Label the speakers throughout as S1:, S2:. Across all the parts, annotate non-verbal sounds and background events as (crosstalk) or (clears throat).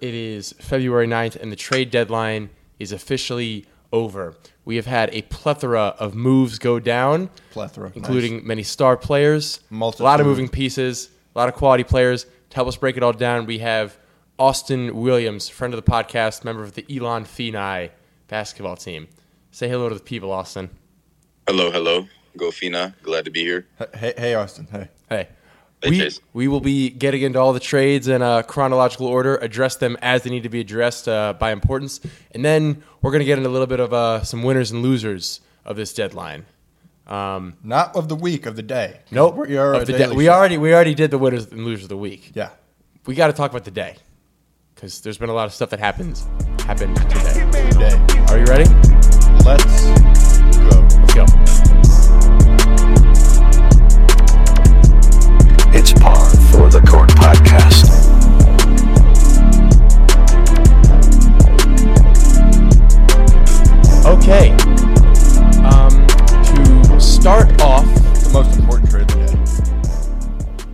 S1: It is February 9th, and the trade deadline is officially over. We have had a plethora of moves go down,
S2: Plethora, nice.
S1: including many star players, a lot
S2: Multitude.
S1: of moving pieces, a lot of quality players. To help us break it all down, we have Austin Williams, friend of the podcast, member of the Elon Phenai basketball team. Say hello to the people, Austin.
S3: Hello, hello. Go Fina. Glad to be here.
S2: Hey, hey, Austin. Hey.
S1: Hey.
S3: Hey,
S1: We,
S3: Jason.
S1: we will be getting into all the trades in uh, chronological order, address them as they need to be addressed uh, by importance, and then we're going to get into a little bit of uh, some winners and losers of this deadline.
S2: Not of the week, of the day.
S1: Nope,
S2: We are
S1: of
S2: a
S1: the
S2: daily
S1: day- we
S2: show.
S1: already we already did the winners and losers of the week.
S2: Yeah.
S1: We got to talk about the day because there's been a lot of stuff that happens happened today.
S2: Today.
S1: Are you ready?
S2: Let's go.
S1: Let's go.
S4: It's Par for the Court podcast.
S1: Okay. Um, to start off.
S2: The most important trade of the day.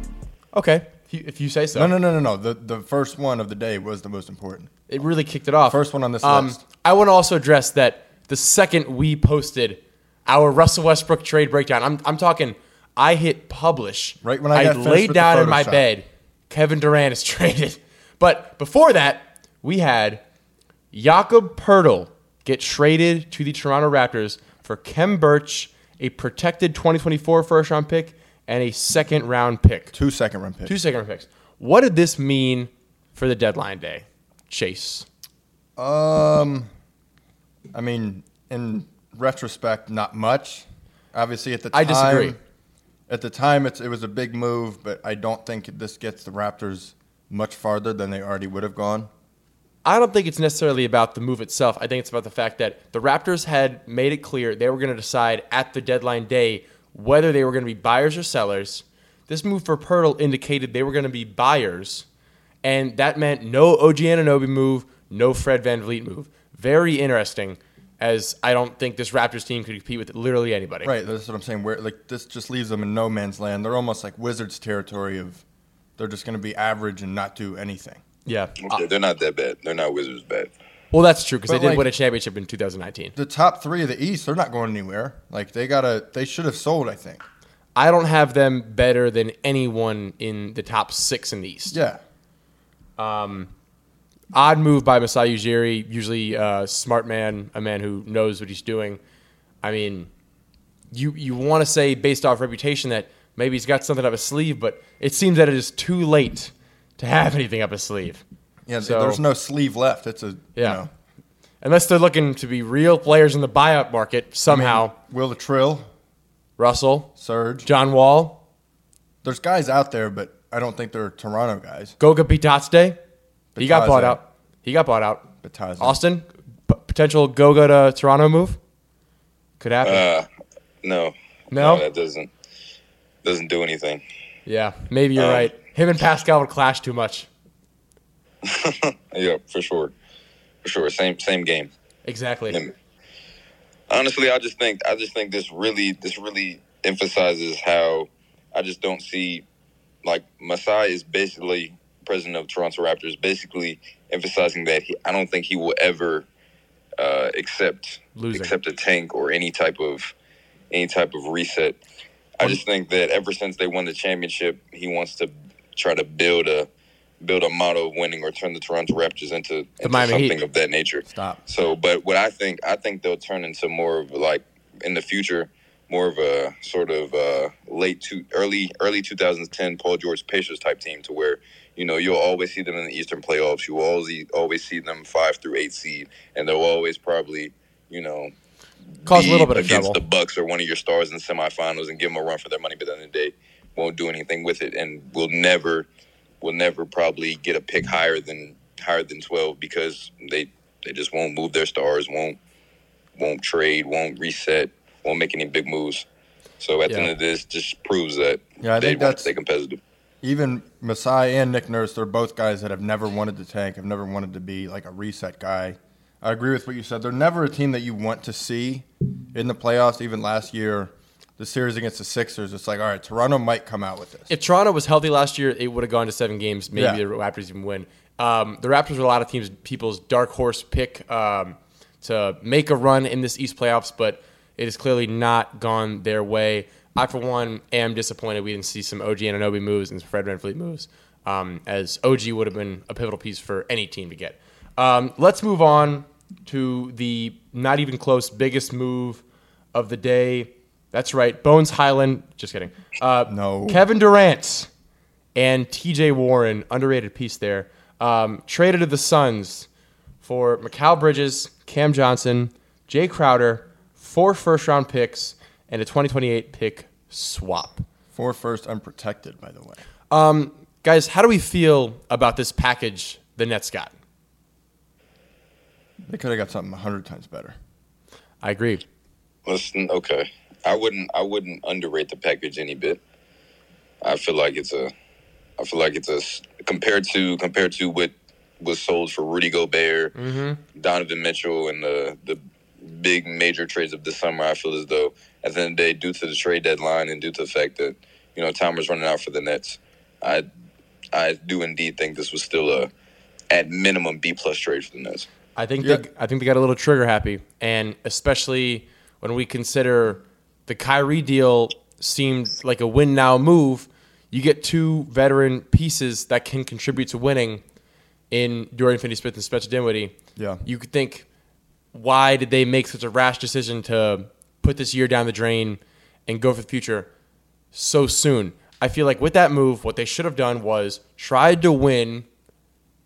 S1: Okay, if you, if you say so.
S2: No, no, no, no, no. The the first one of the day was the most important.
S1: It really kicked it off. Um,
S2: First one on this list.
S1: I want to also address that the second we posted our Russell Westbrook trade breakdown, I'm, I'm talking, I hit publish.
S2: Right when I got finished
S1: laid
S2: with the
S1: down in my
S2: Photoshop.
S1: bed, Kevin Durant is (laughs) traded. But before that, we had Jakob Pertl get traded to the Toronto Raptors for Kem Birch, a protected 2024 first round pick, and a second round pick.
S2: Two second round picks.
S1: Two second round picks. What did this mean for the deadline day? Chase.
S2: Um, I mean, in retrospect, not much. Obviously, at the time,
S1: I disagree.
S2: At the time, it's, it was a big move, but I don't think this gets the Raptors much farther than they already would have gone.
S1: I don't think it's necessarily about the move itself. I think it's about the fact that the Raptors had made it clear they were going to decide at the deadline day whether they were going to be buyers or sellers. This move for Pirtle indicated they were going to be buyers, and that meant no OG Ananobi move, no Fred Van Vliet move. Very interesting, as I don't think this Raptors team could compete with literally anybody.
S2: Right. That's what I'm saying. Where like this just leaves them in no man's land. They're almost like Wizards territory of they're just going to be average and not do anything.
S1: Yeah. Uh,
S3: Okay, they're not that bad. They're not Wizards bad.
S1: Well, that's true because they
S2: But,
S1: did
S2: like-
S1: win a championship in 2019.
S2: The top three of the East, they're not going anywhere. Like they gotta, they should have sold. I think.
S1: I don't have them better than anyone in the top six in the East.
S2: Yeah.
S1: odd move by Masai Ujiri, usually a smart man, a man who knows what he's doing. I mean, you you want to say based off reputation that maybe he's got something up his sleeve, but it seems that it is too late to have anything up his sleeve.
S2: Yeah.
S1: So-
S2: there's no sleeve left. It's a
S1: Yeah.
S2: You know,
S1: Unless they're looking to be real players in the buyout market somehow.
S2: Will the Trill,
S1: Russell,
S2: Surge.
S1: John Wall,
S2: There's guys out there, but I don't think they're Toronto guys.
S1: Goga Bitadze. He got
S2: Bitadze.
S1: bought out. He got bought out.
S2: Bitadze.
S1: Austin, p- potential Goga to Toronto move? Could happen.
S3: Uh, no.
S1: No?
S3: that doesn't doesn't do anything.
S1: Yeah, maybe you're
S3: Um,
S1: right. Him and Pascal would clash too much.
S3: Yeah, for sure. For sure. Same same game.
S1: Exactly.
S3: And honestly, I just think I just think this really this really emphasizes how I just don't see like Masai is basically president of Toronto Raptors, basically emphasizing that he, I don't think he will ever uh, accept
S1: Losing.
S3: accept a tank or any type of any type of reset. I just think that ever since they won the championship, he wants to try to build a build a model of winning or turn the Toronto Raptors into, into
S1: Miami Heat.
S3: something of that nature.
S2: Stop.
S3: So, but what I think, I think they'll turn into more of like in the future, more of a sort of uh, late to early early 2010 Paul George Pacers type team to where you know you'll always see them in the Eastern playoffs. You will always always see them five through eight seed, and they'll always probably you know
S1: Cause a little
S3: be
S1: bit of
S3: against
S1: trouble.
S3: the Bucks or one of your stars in the semifinals and give them a run for their money. But then the day won't do anything with it, and will never will never probably get a pick higher than higher than twelve because they they just won't move their stars, won't won't trade, won't reset, won't make any big moves. So at the
S1: Yeah.
S3: end of this, just proves that
S2: Yeah, I
S3: they
S2: think
S3: won't
S2: that's-
S3: stay competitive.
S2: Even Masai and Nick Nurse, they're both guys that have never wanted to tank, have never wanted to be like a reset guy. I agree with what you said. They're never a team that you want to see in the playoffs. Even last year, the series against the Sixers, it's like, all right, Toronto might come out with this.
S1: If Toronto was healthy last year, it would have gone to seven games. Maybe
S2: Yeah.
S1: the Raptors even win. Um, the Raptors are a lot of teams people's dark horse pick um, to make a run in this East playoffs, but it has clearly not gone their way. I, for one, am disappointed we didn't see some OG Ananobi moves and some Fred VanVleet moves, um, as OG would have been a pivotal piece for any team to get. Um, let's move on to the not even close biggest move of the day. That's right, Bones Highland. Just kidding. Uh,
S2: No.
S1: Kevin Durant and T.J. Warren, underrated piece there, um, traded to the Suns for Mikal Bridges, Cam Johnson, Jay Crowder, four first round picks, and a 2028 pick swap.
S2: Four first unprotected, by the way.
S1: Guys, how do we feel about this package the Nets got?
S2: They could have got something hundred times better.
S1: I agree.
S3: Listen, okay. I wouldn't I wouldn't underrate the package any bit. I feel like it's a I feel like it's a s- compared to compared to what was sold for Rudy Gobert, Donovan Mitchell and the the big major trades of the summer, I feel as though at the end of the day, due to the trade deadline and due to the fact that, you know, time was running out for the Nets, I I do indeed think this was still a at minimum B plus trade for the Nets.
S1: I think
S2: Yeah.
S1: they, I think they got a little trigger happy, and especially when we consider the Kyrie deal seemed like a win now move. You get two veteran pieces that can contribute to winning in Dorian Finney-Smith and Spencer Dinwiddie.
S2: Yeah.
S1: you could think, why did they make such a rash decision to put this year down the drain and go for the future so soon? I feel like with that move, what they should have done was tried to win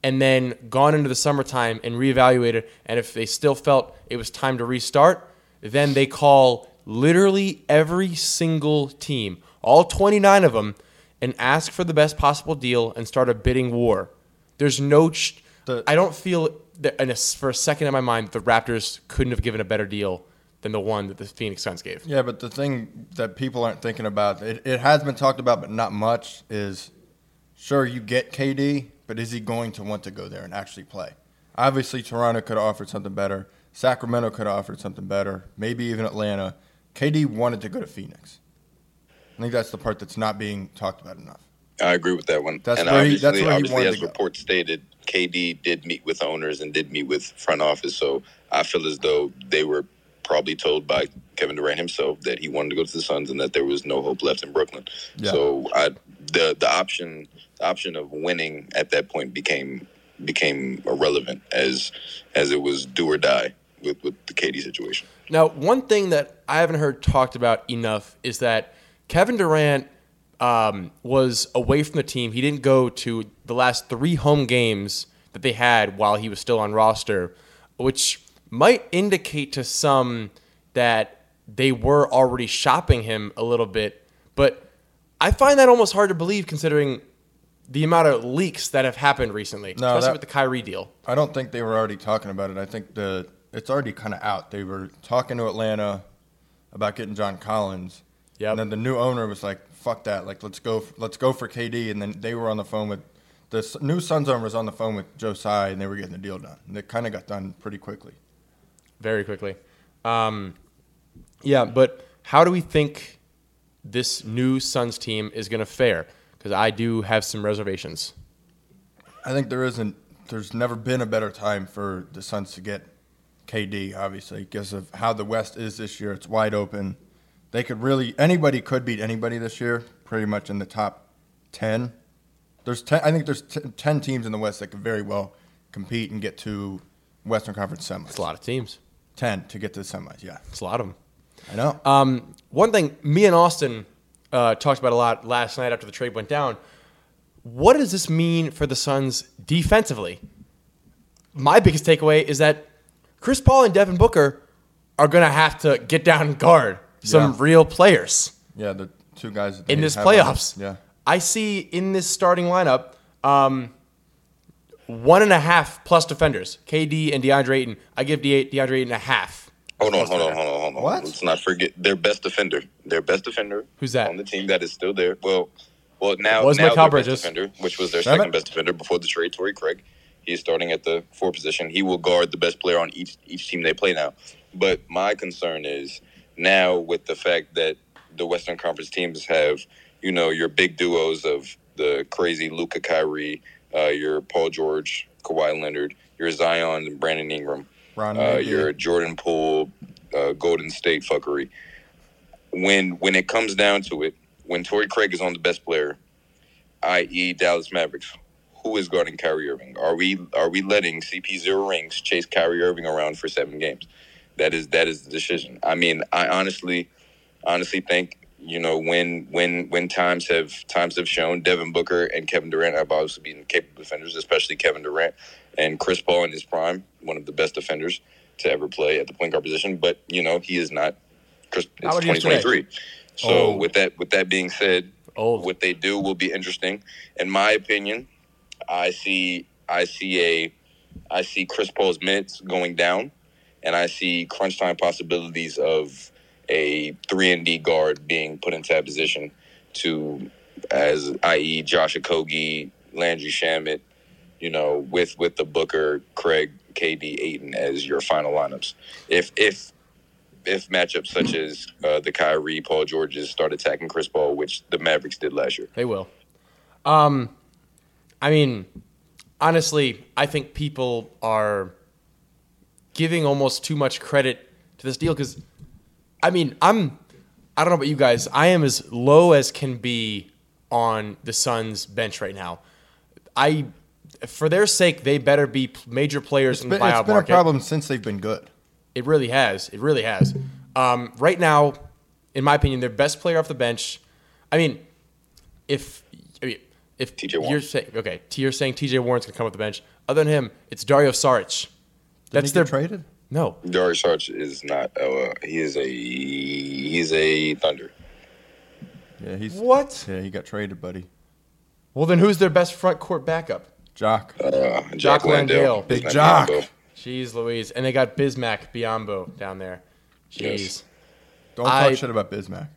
S1: and then gone into the summertime and reevaluated. And if they still felt it was time to restart, then they call literally every single team, all 29 of them, and ask for the best possible deal and start a bidding war. There's no. Ch-
S2: The-
S1: I don't feel that in a s for a second in my mind the Raptors couldn't have given a better deal than the one that the Phoenix Suns gave.
S2: Yeah, but the thing that people aren't thinking about, it, it has been talked about, but not much, is sure, you get KD, but is he going to want to go there and actually play? Obviously, Toronto could have offered something better. Sacramento could have offered something better. Maybe even Atlanta. KD wanted to go to Phoenix. I think that's the part that's not being talked about enough.
S3: I agree with that one.
S2: That's
S3: and
S2: where he-
S3: obviously,
S2: that's where he
S3: obviously
S2: wanted
S3: as
S2: to go.
S3: reports stated, KD did meet with owners and did meet with front office. So I feel as though they were probably told by Kevin Durant himself that he wanted to go to the Suns and that there was no hope left in Brooklyn.
S2: Yeah.
S3: So I, the the option the option of winning at that point became became irrelevant as as it was do or die with with the KD situation.
S1: Now, one thing that I haven't heard talked about enough is that Kevin Durant um, was away from the team. He didn't go to the last three home games that they had while he was still on roster, which might indicate to some that they were already shopping him a little bit. But I find that almost hard to believe considering the amount of leaks that have happened recently, especially
S2: that-
S1: with the Kyrie deal.
S2: I don't think they were already talking about it. I think the it's already kind of out. They were talking to Atlanta about getting John Collins.
S1: Yep.
S2: And then the new owner was like, "Fuck that! Like, let's go, let's go for KD." And then they were on the phone with the s- new Suns owner was on the phone with Joe Tsai, and they were getting the deal done. And it kind of got done pretty quickly.
S1: very quickly. Um, yeah, but how do we think this new Suns team is going to fare? Because I do have some reservations.
S2: I think there isn't. There's never been a better time for the Suns to get KD. Obviously, because of how the West is this year, it's wide open. They could really anybody could beat anybody this year, pretty much in the top ten. There's ten. I think there's t- ten teams in the West that could very well compete and get to Western Conference semis.
S1: It's a lot of teams.
S2: Ten to get to the semis. Yeah,
S1: It's a lot of them.
S2: I know.
S1: Um, one thing me and Austin uh, talked about a lot last night after the trade went down. What does this mean for the Suns defensively? My biggest takeaway is that Chris Paul and Devin Booker are going to have to get down and guard some
S2: Yeah.
S1: real players.
S2: yeah, the two guys that they
S1: in this
S2: have on-
S1: playoffs.
S2: Yeah,
S1: I see in this starting lineup um, one and a half plus defenders, KD and DeAndre Ayton. I give De- DeAndre Ayton a half.
S3: Hold on, hold on, hold on, hold on.
S2: What?
S3: Let's not forget their best defender. Their best defender.
S1: Who's that?
S3: On the team that is still there. Well, well now
S1: Was
S3: now
S1: Mikal
S3: their best
S1: Bridges.
S3: defender, which was their
S2: Damn
S3: second
S2: it.
S3: best defender before the trade, Torrey Craig. He's starting at the four position. He will guard the best player on each each team they play now. But my concern is now with the fact that the Western Conference teams have, you know, your big duos of the crazy Luca Kyrie, uh, your Paul George, Kawhi Leonard, your Zion and Brandon Ingram,
S2: Ron,
S3: uh,
S2: Napier.
S3: your Jordan Poole, uh, Golden State fuckery. When when it comes down to it, when Torrey Craig is on the best player, i.e. Dallas Mavericks, who is guarding Kyrie Irving? Are we are we letting CP zero rings chase Kyrie Irving around for seven games? That is that is the decision. I mean, I honestly honestly think you know when when when times have times have shown Devin Booker and Kevin Durant have obviously been capable defenders, especially Kevin Durant and Chris Paul in his prime, one of the best defenders to ever play at the point guard position. But you know he is not. Chris, it's
S1: How old are you
S3: twenty
S1: today?
S3: twenty three. So
S2: Oh.
S3: with that with that being said,
S1: Old.
S3: what they do will be interesting. In my opinion, I see I see a I see Chris Paul's minutes going down, and I see crunch time possibilities of a three and D guard being put into that position to as i.e. Josh Okogie, Landry Shamit, you know, with with the Booker, Craig, KD, Aiton as your final lineups. If if if matchups such as uh, the Kyrie, Paul Georges start attacking Chris Paul, which the Mavericks did last year.
S1: They will. Um, I mean, honestly, I think people are giving almost too much credit to this deal because, I mean, I'm, I don't know about you guys, I am as low as can be on the Suns bench right now. I, for their sake, they better be p- major players in the
S2: But
S1: buyout
S2: it's been
S1: market.
S2: a problem since they've been good.
S1: It really has. It really has. Um, right now, in my opinion, their best player off the bench. I mean, if I mean, if
S3: TJ Warren.
S1: you're saying okay, T- you're saying TJ Warren's gonna come off the bench. Other than him, it's Dario Saric. That's
S2: Didn't
S1: their
S2: he get traded.
S1: no.
S3: Darius Arch is not. Uh, he is a he's a Thunder.
S2: Yeah, he's
S1: What?
S2: Yeah, he got traded, buddy.
S1: Well, then who's their best front court backup?
S2: Jock.
S3: Uh, Jock
S1: Jock Landale.
S3: Landale,
S1: Big
S3: Not
S2: Jock.
S3: Biombo.
S1: Jeez Louise, and they got Bismack Biombo down there. Jeez,
S3: Yes.
S2: Don't
S1: I-
S2: talk shit about Bismack.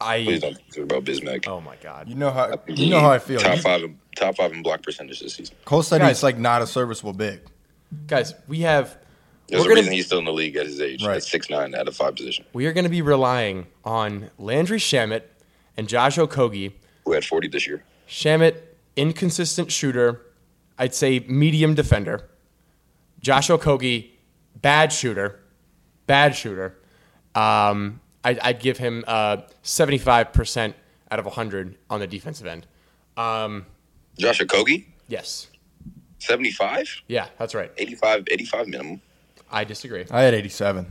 S1: I
S3: Please don't talk about Bismack.
S1: oh my god,
S2: You know how you know how I feel.
S3: Top
S2: You-
S3: five in, top five in block percentage this season.
S2: Cole said
S1: Guys.
S2: he's like not a serviceable big.
S1: guys, we have
S3: There's
S1: we're
S3: a
S1: gonna
S3: reason he's still in the league at his age.
S2: Right.
S3: At six nine out of five position,
S1: we are gonna be relying on Landry Shamit and Josh Okogie.
S3: who had forty this year.
S1: Shamit, inconsistent shooter. I'd say medium defender. Josh Okogie, bad shooter. Bad shooter. Um, I, I'd give him uh, 75% out of 100 on the defensive end.
S3: Josh Okogie,
S1: Yes.
S3: 75?
S1: Yeah, that's right.
S3: 85, 85 minimum.
S1: I disagree.
S2: I had 87.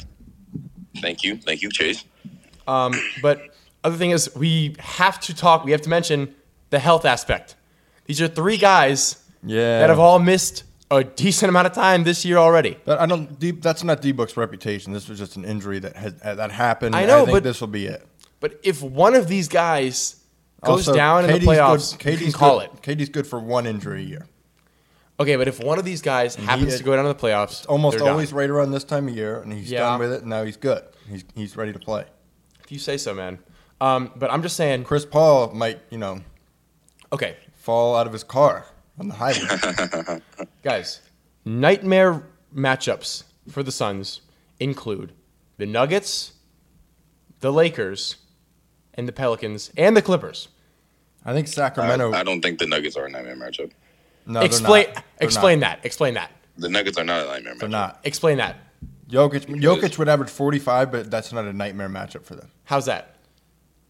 S3: Thank you, thank you, Chase.
S1: But other thing is, we have to talk, we have to mention the health aspect. These are three guys
S2: Yeah.
S1: that have all missed a decent amount of time this year already.
S2: But I don't. D, that's not D Book's reputation. This was just an injury that has that happened.
S1: I know,
S2: think
S1: but-
S2: this will be it.
S1: But if one of these guys goes
S2: Also,
S1: down in
S2: KD's
S1: the playoffs,
S2: Good,
S1: you
S2: KD's
S1: can call
S2: good,
S1: it.
S2: KD's good for one injury a year.
S1: Okay, but if one of these guys happens
S2: had-
S1: to go down in the playoffs,
S2: Almost
S1: they're
S2: always
S1: done.
S2: right around this time of year, and he's
S1: Yeah.
S2: done with it. And now he's good. He's he's ready to play.
S1: If you say so, man. Um, but I'm just saying.
S2: Chris Paul might you know
S1: Okay,
S2: fall out of his car on the (laughs) highway.
S1: guys, nightmare matchups for the Suns include the Nuggets, the Lakers, and the Pelicans and the Clippers.
S2: I think
S3: I,
S2: Sacramento.
S3: I don't think the Nuggets are a nightmare matchup.
S2: no, they're
S1: explain,
S2: not. They're
S1: explain
S2: not.
S1: that. Explain that.
S3: The Nuggets are not a nightmare matchup.
S2: They're not.
S1: Explain that.
S2: Jokic, Jokic would average 45, but that's not a nightmare matchup for them
S1: How's that?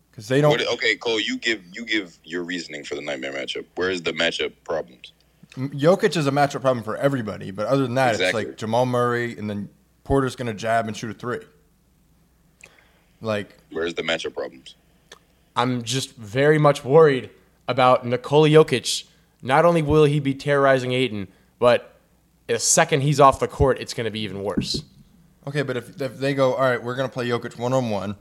S2: because they don't.
S3: What, okay, Cole, you give you give your reasoning for the nightmare matchup. Where is the matchup problems?
S2: Jokic is a matchup problem for everybody, but other than that,
S3: Exactly.
S2: it's like Jamal Murray, and then Porter's going to jab and shoot a three. Like,
S3: Where is the matchup problems?
S1: I'm just very much worried about Nikola Jokic. Not only will he be terrorizing Aiden, but the second he's off the court, it's going to be even worse.
S2: okay, but if, if they go, all right, we're going to play Jokic one on one,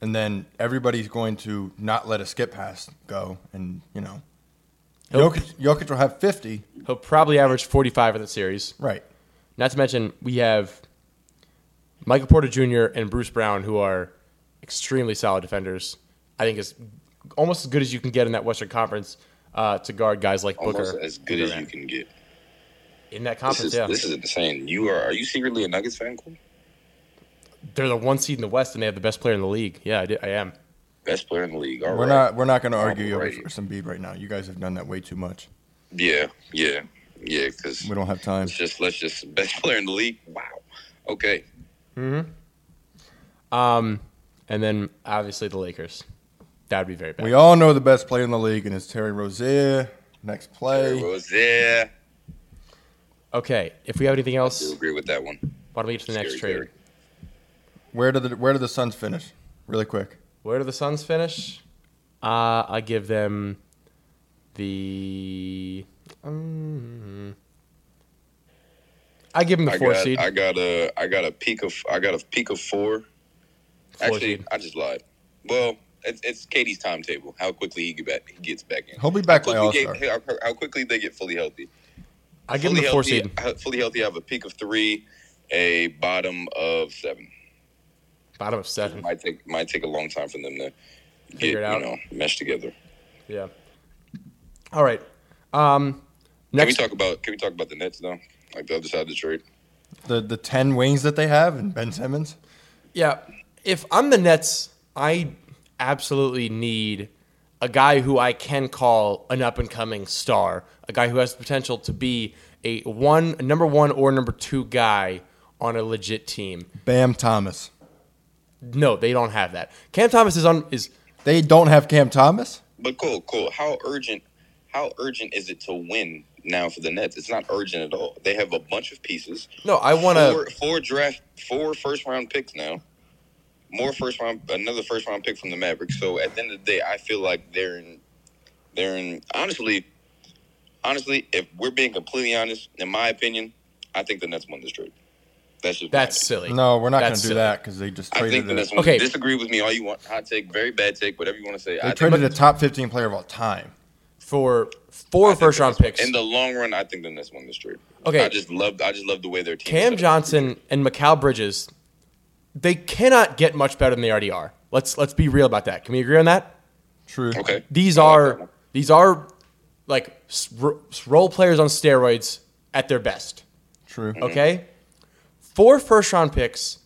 S2: and then everybody's going to not let a skip pass go, and you know,
S1: Nope.
S2: Jokic, Jokic will have 50,
S1: He'll probably average 45 in the series.
S2: right?
S1: Not to mention, we have Michael Porter Jr. and Bruce Brown, who are extremely solid defenders. I think it's almost as good as you can get in that Western Conference uh, to guard guys like Booker.
S3: Almost as good as you can get.
S1: in that
S3: This
S1: conference,
S3: is
S1: yeah.
S3: this is insane. You are are you secretly a Nuggets fan, Cole?
S1: They're the one seed in the West, and they have the best player in the league. Yeah, I, did, I am.
S3: Best player in the league. All
S2: We're
S3: right.
S2: not we're not going to argue
S3: Alright.
S2: Jokic versus Embiid right now. You guys have done that way too much.
S3: Yeah, yeah, yeah. Because
S2: We don't have time.
S3: let's just let's just best (laughs) player in the league. Wow. Okay.
S1: Um, and then obviously the Lakers. That would be very bad.
S2: We all know the best player in the league, and it's Terry Rozier. Next
S3: Terry
S2: play.
S3: Rozier.
S1: okay, if we have anything
S3: I do
S1: else,
S3: agree with that one.
S1: why don't we get to the next
S3: Scary,
S1: trade?
S3: Terry.
S2: Where do the Where do the Suns finish? Really quick.
S1: Where do the Suns finish? Uh, I give them the. Um, I give them the
S3: I
S1: four
S3: got
S1: seed.
S3: I got a I got a peak of I got a peak of four.
S1: Four
S3: Actually,
S1: seed.
S3: I just lied. Well, it's, it's Katie's timetable. How quickly he get back, he gets back in.
S2: He'll be back
S3: how
S2: by
S3: quickly,
S2: All-Star.
S3: get- how, how quickly they get fully healthy.
S1: I give them
S3: fully
S1: the four
S3: healthy,
S1: seed.
S3: uh, Fully healthy, I have a peak of three, a bottom of seven.
S1: Bottom of seven.
S3: Might take might take a long time for them to get
S1: Figure it out.
S3: you know mesh together.
S1: Yeah. All right. Um,
S3: Can we
S1: next.
S3: talk about Can we talk about the Nets though? Like the other side of the trade.
S2: The the ten wings that they have and Ben Simmons.
S1: Yeah. If I'm the Nets, I absolutely need a guy who I can call an up and coming star, a guy who has the potential to be a one a number one or number two guy on a legit team.
S2: Bam Thomas.
S1: No, they don't have that. Cam Thomas is on is
S2: They don't have Cam Thomas.
S3: But cool, cool. How urgent? How urgent is it to win now for the Nets? It's not urgent at all. They have a bunch of pieces.
S1: no. I want to.
S3: four, four draft, four first round picks now. More first round, another first round pick from the Mavericks. So at the end of the day, I feel like they're in. They're in. Honestly, honestly, if we're being completely honest, in my opinion, I think the Nets won this trade. That's just my
S1: That's
S3: opinion.
S1: silly.
S2: No, we're not going
S1: That's
S2: to do
S1: silly.
S2: that because they just
S3: I think
S2: traded.
S3: the
S2: A,
S3: Nets
S2: they
S3: won.
S1: Okay.
S3: disagree with me all you want. Hot take, very bad take, whatever you want to say. I think
S2: traded a top fifteen player of all time.
S1: For four
S3: I think
S1: first
S3: the
S1: round
S3: Nets won.
S1: picks.
S3: In the long run, I think the Nets won this trade.
S1: Okay.
S3: I just loved I just loved the way their team.
S1: Cam
S3: is set up.
S1: Johnson and Macau Bridges, they cannot get much better than they already are. Let's let's be real about that. Can we agree on that?
S2: True.
S3: Okay.
S1: These
S3: I like
S1: are
S3: that one.
S1: these are like s- ro- role players on steroids at their best.
S2: True.
S1: Okay, four first round picks.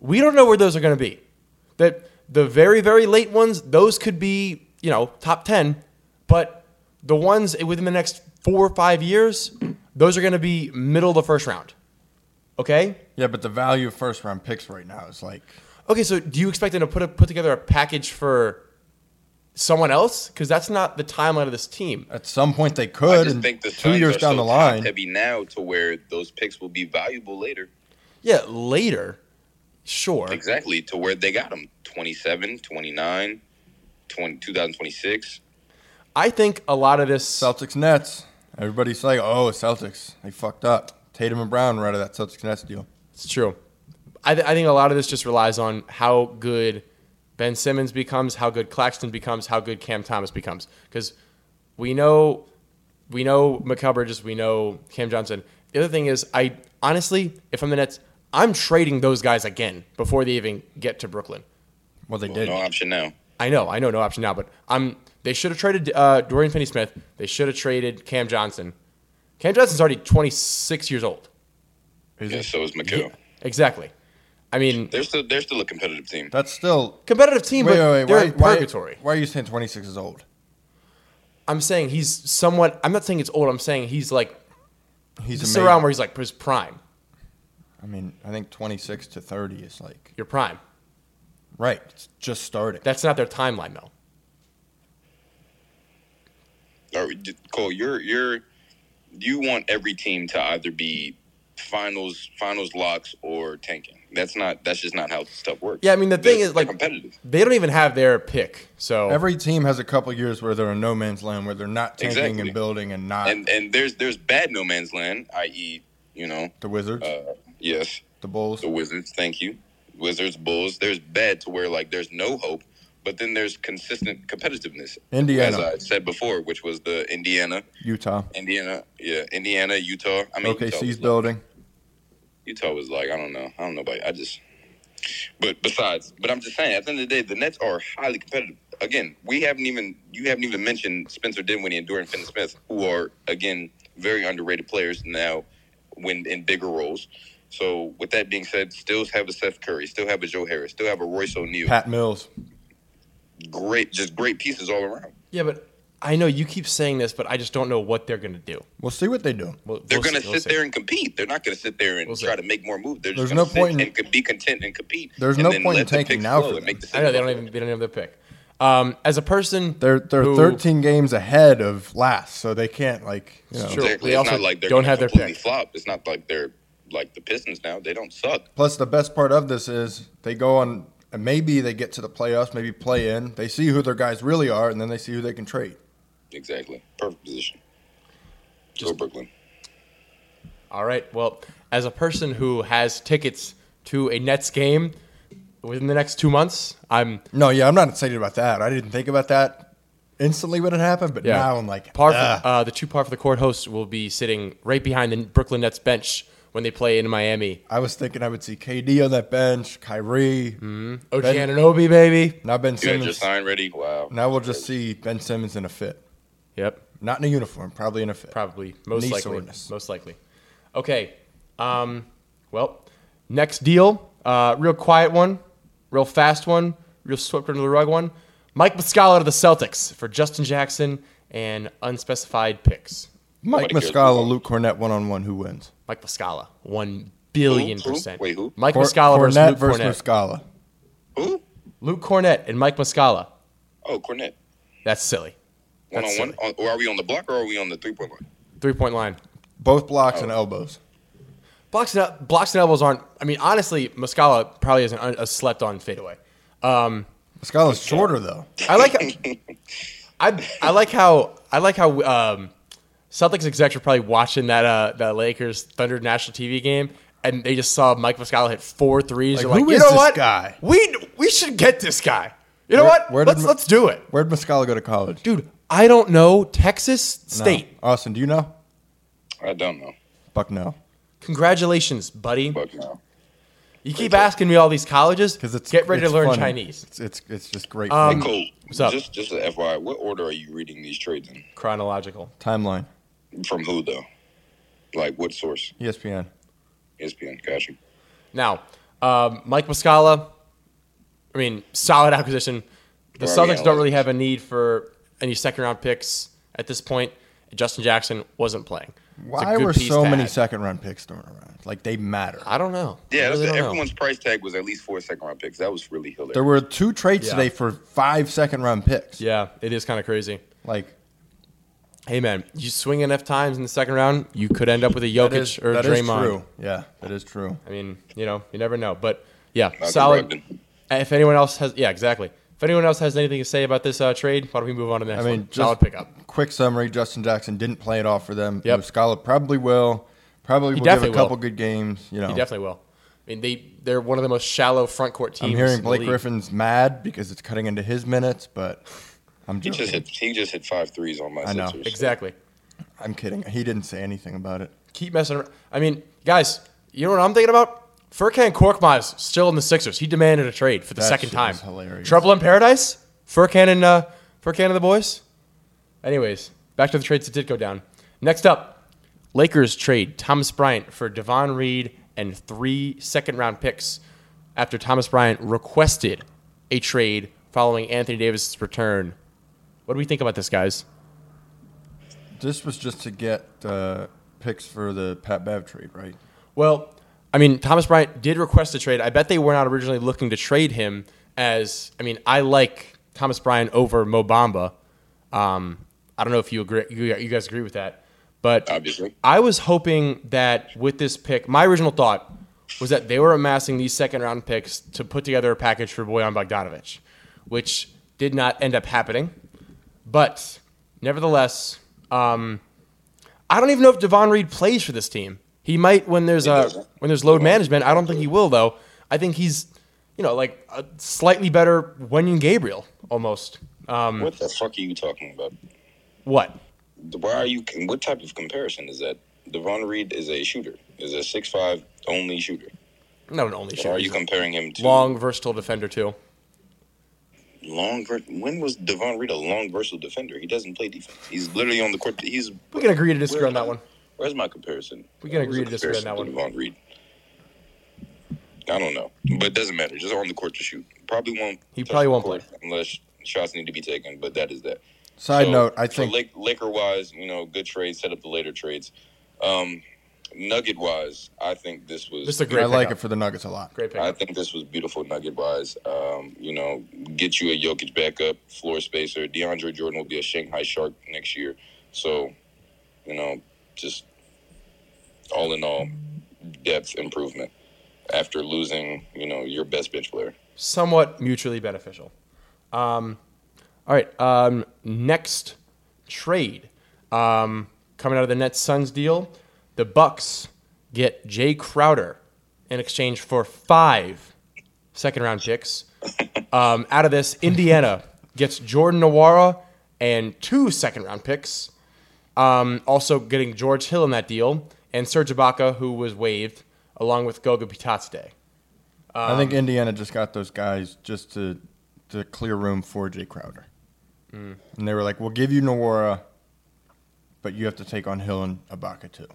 S1: We don't know where those are going to be. That the very very late ones, those could be you know top ten, but the ones within the next four or five years, (clears throat) those are going to be middle of the first round. Okay.
S2: Yeah, but the value of first round picks right now is like
S1: Okay, so do you expect them to put a, put together a package for someone else? Because that's not the timeline of this team.
S2: at some point they
S3: I
S2: could,
S3: just
S2: and
S3: think the
S2: two years down the line,
S3: heavy now to where those picks will be valuable later.
S1: Yeah, later, sure.
S3: Exactly to where they got them 27, 29, 20, 2026.
S1: I think a lot of this.
S2: Celtics Nets. Everybody's like, oh, Celtics, they fucked up. Tatum and Brown were out of that Celtics Nets deal.
S1: It's true. I, th- I think a lot of this just relies on how good Ben Simmons becomes, how good Claxton becomes, how good Cam Thomas becomes. Because we know, we know Mikal Bridges, we know Cam Johnson. The other thing is, I honestly, if I'm the Nets, I'm trading those guys again before they even get to Brooklyn.
S2: Well, they did.
S3: No option now.
S1: I know, I know, no option now, but I'm. They should have traded uh, Dorian Finney-Smith. They should have traded Cam Johnson. Cam Johnson's already 26 years old.
S2: Is
S3: Yeah,
S2: it?
S3: so is McHale.
S1: Exactly. I mean,
S3: They're still they're still a competitive team.
S2: That's still.
S1: competitive team,
S2: Wait,
S1: but
S2: wait, wait.
S1: they're
S2: Why,
S1: in
S2: why-
S1: purgatory.
S2: why are you saying 26 is old?
S1: I'm saying he's somewhat. I'm not saying it's old. I'm saying he's like
S2: He's
S1: this is
S2: amazing.
S1: around where he's like his prime.
S2: I mean, I think 26 to 30 is like
S1: Your prime.
S2: right. It's just starting.
S1: That's not their timeline though.
S3: All right, d- Cole, you're you're you want every team to either be finals finals locks or tanking. That's not that's just not how stuff works.
S1: Yeah, I mean, the thing
S3: They're-
S1: is, like-
S3: they're competitive.
S1: They don't even have their pick. So
S2: Every team has a couple years where they're in no man's land, where they're not tanking
S3: Exactly.
S2: and building and not
S3: And and there's there's bad no man's land, i.e., you know,
S2: the Wizards,
S3: uh, yes,
S2: the Bulls.
S3: the Wizards. Thank you, Wizards, Bulls. There's bad to where like there's no hope, but then there's consistent competitiveness.
S2: Indiana.
S3: as I said before, which was the Indiana,
S2: Utah.
S3: Indiana, yeah, Indiana, Utah. I mean, Utah
S2: OKC's
S3: was
S2: building.
S3: Utah was like, I don't know. I don't know about I just but besides, but I'm just saying, at the end of the day, the Nets are highly competitive. Again, we haven't even you haven't even mentioned Spencer Dinwiddie and Dorian Finney Smith, who are again very underrated players now when in bigger roles. So with that being said, still have a Seth Curry, still have a Joe Harris, still have a Royce O'Neal.
S2: Pat Mills.
S3: Great just great pieces all around.
S1: yeah, but I know you keep saying this, but I just don't know what they're going to do.
S2: We'll see what they do.
S1: We'll-
S3: They're
S1: we'll
S3: going
S1: see,
S3: to
S1: we'll
S3: sit
S1: see.
S3: there and compete. They're not going to sit there and
S1: We'll see.
S3: try to make more moves. They're just
S2: There's
S3: gonna
S2: no point
S3: sit
S2: in-
S3: and could be content and compete.
S2: There's
S3: and
S2: no
S3: then
S2: point
S3: let
S2: in
S3: the
S2: tanking
S3: picks
S2: now
S3: flow
S2: for
S3: and make
S2: them.
S1: I know they
S3: decisions.
S1: don't even they don't have their pick. Um, as a person,
S2: They're they're
S1: who-
S2: 13 games ahead of last, so they can't like you know.
S1: true.
S3: Exactly.
S1: They
S3: it's
S1: also
S3: not like they're
S1: don't
S3: gonna
S1: have their
S3: completely
S1: pick.
S3: flop. It's not like they're like the Pistons now. They don't suck.
S2: Plus, the best part of this is they go on. and Maybe they get to the playoffs, maybe play in. They see who their guys really are, and then they see who they can trade.
S3: Exactly. Perfect position. Just
S1: Just-
S3: Go Brooklyn.
S1: All right. Well, as a person who has tickets to a Nets game within the next two months, I'm
S2: No, yeah, I'm not excited about that. I didn't think about that instantly when it happened, but now I'm like,
S1: par for,
S2: ah.
S1: uh, the two par for the court hosts will be sitting right behind the Brooklyn Nets bench when they play in Miami.
S2: I was thinking I would see KD on that bench, Kyrie.
S1: OG
S2: Ben-
S1: Ananobi, baby.
S2: Now Ben
S3: You had your
S2: Simmons.
S3: sign ready. Wow.
S2: Now we'll just see Ben Simmons in a fit,
S1: Yep,
S2: not in a uniform, probably in a fit.
S1: probably most
S2: Knee
S1: likely.
S2: soreness.
S1: Most likely. Okay. Um, well, next deal. Uh, real quiet one, real fast one, real swept under the rug one. Mike Muscala to the Celtics for Justin Jackson and unspecified picks.
S2: Mike
S3: Nobody cares.
S2: Muscala, Luke Cornett, one on one. Who wins?
S1: Mike Muscala, one billion
S3: Who? Who?
S1: percent.
S3: Wait, who?
S1: Mike
S2: Cor-
S1: Muscala versus
S2: Cornette
S1: Luke Cornett.
S2: Muscala.
S3: Who?
S1: Luke Cornett and Mike Muscala.
S3: Oh, Cornette.
S1: That's silly.
S3: One
S1: That's
S3: on one. Or are we on the block or are we on the three point line?
S1: Three point line.
S2: Both blocks
S1: Oh.
S2: and elbows.
S1: Blocks and, el- blocks and elbows aren't. I mean, honestly, Muscala probably is an un- a slept on fadeaway. Um,
S2: Muscala's shorter though.
S1: I like.
S3: (laughs)
S1: I I like how I like how um, Celtics execs were probably watching that uh, that Lakers Thunder national TV game. And they just saw Mike Muscala hit four threes.
S2: Like,
S1: They're like,
S2: who
S1: you
S2: is
S1: know
S2: this
S1: what?
S2: guy?"
S1: We we should get this guy. You know
S2: Where-
S1: what?
S2: where did
S1: let's
S2: Mu-
S1: let's do it.
S2: Where'd Muscala go to college?
S1: dude, I don't know Texas
S2: No.
S1: State.
S2: Austin, do you know?
S3: I don't know.
S2: Fuck no.
S1: Congratulations, buddy.
S3: Fuck no.
S1: You keep asking me all these colleges.
S2: Because it's
S1: get ready
S2: it's
S1: to learn
S2: funny.
S1: Chinese.
S2: It's it's, it's just great
S1: Um,
S2: fun.
S3: Cole,
S1: What's up?
S3: just just a FYI, what order are you reading these trades in?
S1: Chronological.
S2: timeline.
S3: From who though? Like what source? E
S2: ESPN.
S3: ESPN. Gotcha.
S1: Now, um, Mike Muscala. I mean, solid acquisition. The
S3: Where are we
S1: Celtics don't really
S3: analyzing?
S1: have a need for any second round picks at this point. Justin Jackson wasn't playing. It's a
S2: Why
S1: good
S2: were
S1: piece
S2: so
S1: to
S2: many
S1: add.
S2: second round picks thrown around? Like they matter.
S1: I don't know. I
S3: Yeah, that's
S1: really don't know.
S3: everyone's price tag was at least four second round picks. That was really hilarious.
S2: There were two trades
S1: Yeah.
S2: today for five second round picks.
S1: Yeah, it is kind of crazy.
S2: Like
S1: Hey man, you swing enough times in the second round, you could end up with a Jokic
S2: that is,
S1: or
S2: that is
S1: Draymond.
S2: true. Yeah, that is true.
S1: I mean, you know, you never know. But yeah,
S3: Malcolm
S1: solid. Uh,
S3: Brogdon.
S1: If anyone else has, yeah, exactly. If anyone else has anything to say about this uh, trade, why don't we move on to the
S2: I
S1: next
S2: mean,
S1: one?
S2: just
S1: Solid pickup.
S2: Quick summary: Justin Jackson didn't play at all for them.
S1: Yep.
S2: Muscala probably will. Probably will give a
S1: definitely
S2: couple
S1: will.
S2: good games. You know,
S1: He definitely will. I mean, they they're one of the most shallow front court teams.
S2: I'm
S1: in
S2: hearing
S1: the
S2: Blake
S1: league.
S2: Griffin's mad because it's cutting into his minutes, but I'm
S3: He just
S2: joking.
S3: hit he just hit five threes on my
S2: I know.
S3: Sixers.
S1: Exactly.
S2: I'm kidding. He didn't say anything about it.
S1: Keep messing. around. I mean, guys, you know what I'm thinking about? Furkan Korkmaz still in the Sixers. He demanded a trade for the
S2: That
S1: second
S2: shit
S1: time.
S2: was hilarious.
S1: Trouble in Paradise. Furkan and uh, Furkan and the boys. Anyways, back to the trades that did go down. Next up, Lakers trade Thomas Bryant for Devon Reed and three second round picks after Thomas Bryant requested a trade following Anthony Davis' return. What do we think about this, guys?
S2: This was just to get uh, picks for the Pat Bev trade, right?
S1: Well, I mean, Thomas Bryant did request a trade. I bet they were not originally looking to trade him. As I mean, I like Thomas Bryant over Mobamba. Um, I don't know if you agree. You, you guys agree with that, but
S3: Obviously.
S1: I was hoping that with this pick, my original thought was that they were amassing these second round picks to put together a package for Boyan Bogdanovich, which did not end up happening. But nevertheless, um, I don't even know if Devon Reed plays for this team. He might when there's uh,
S3: doesn't.
S1: when there's load management. I don't think he will though. I think he's you know like a slightly better Wenyon Gabriel almost. Um,
S3: What the fuck are you talking about?
S1: what?
S3: Why are you? What type of comparison is that? Devon Reed is a shooter. Is a six five only shooter.
S1: Not an only
S3: So
S1: shooter.
S3: are you comparing him to
S1: long versatile defender too.
S3: long? Ver- when was Devon Reed a long versatile defender? He doesn't play defense. He's literally on the court. He's.
S1: We can agree to disagree on that one.
S3: Where's my comparison?
S1: We can
S3: Where's
S1: agree
S3: the
S1: to disagree on that
S3: comparison to
S1: one.
S3: Devon Reed. I don't know, but it doesn't matter. Just on the court to shoot. Probably won't.
S1: He
S3: touch
S1: probably
S3: the
S1: won't
S3: court unless shots need to be taken. But that is that.
S2: Side
S3: So-
S2: note, I
S3: so
S2: think
S3: lick, liquor wise, you know, good trades set up the later trades. Um, nugget wise, I think this was
S1: This is a
S2: I
S1: great.
S2: like it
S1: pickup.
S2: for the Nuggets a lot.
S1: Great
S3: I
S1: pick.
S3: think this was beautiful nugget wise. Um, you know, get you a Jokic backup, floor spacer. DeAndre Jordan will be a Shanghai Shark next year. So, you know, just all in all, depth improvement after losing, you know, your best bench player.
S1: Somewhat mutually beneficial. Um, all right. Um, next trade um, coming out of the Nets Suns deal, the Bucks get Jay Crowder in exchange for five second round picks. Um, out of this, Indiana (laughs) gets Jordan Nawara and two second round picks. Um, also getting George Hill in that deal and Serge Ibaka, who was waived, along with Goga Pitatste.
S2: I
S3: Um,
S2: think Indiana just got those guys just to to clear room for Jay Crowder, and they were like, "We'll give you Nowara, but you have to take on Hill and Ibaka too."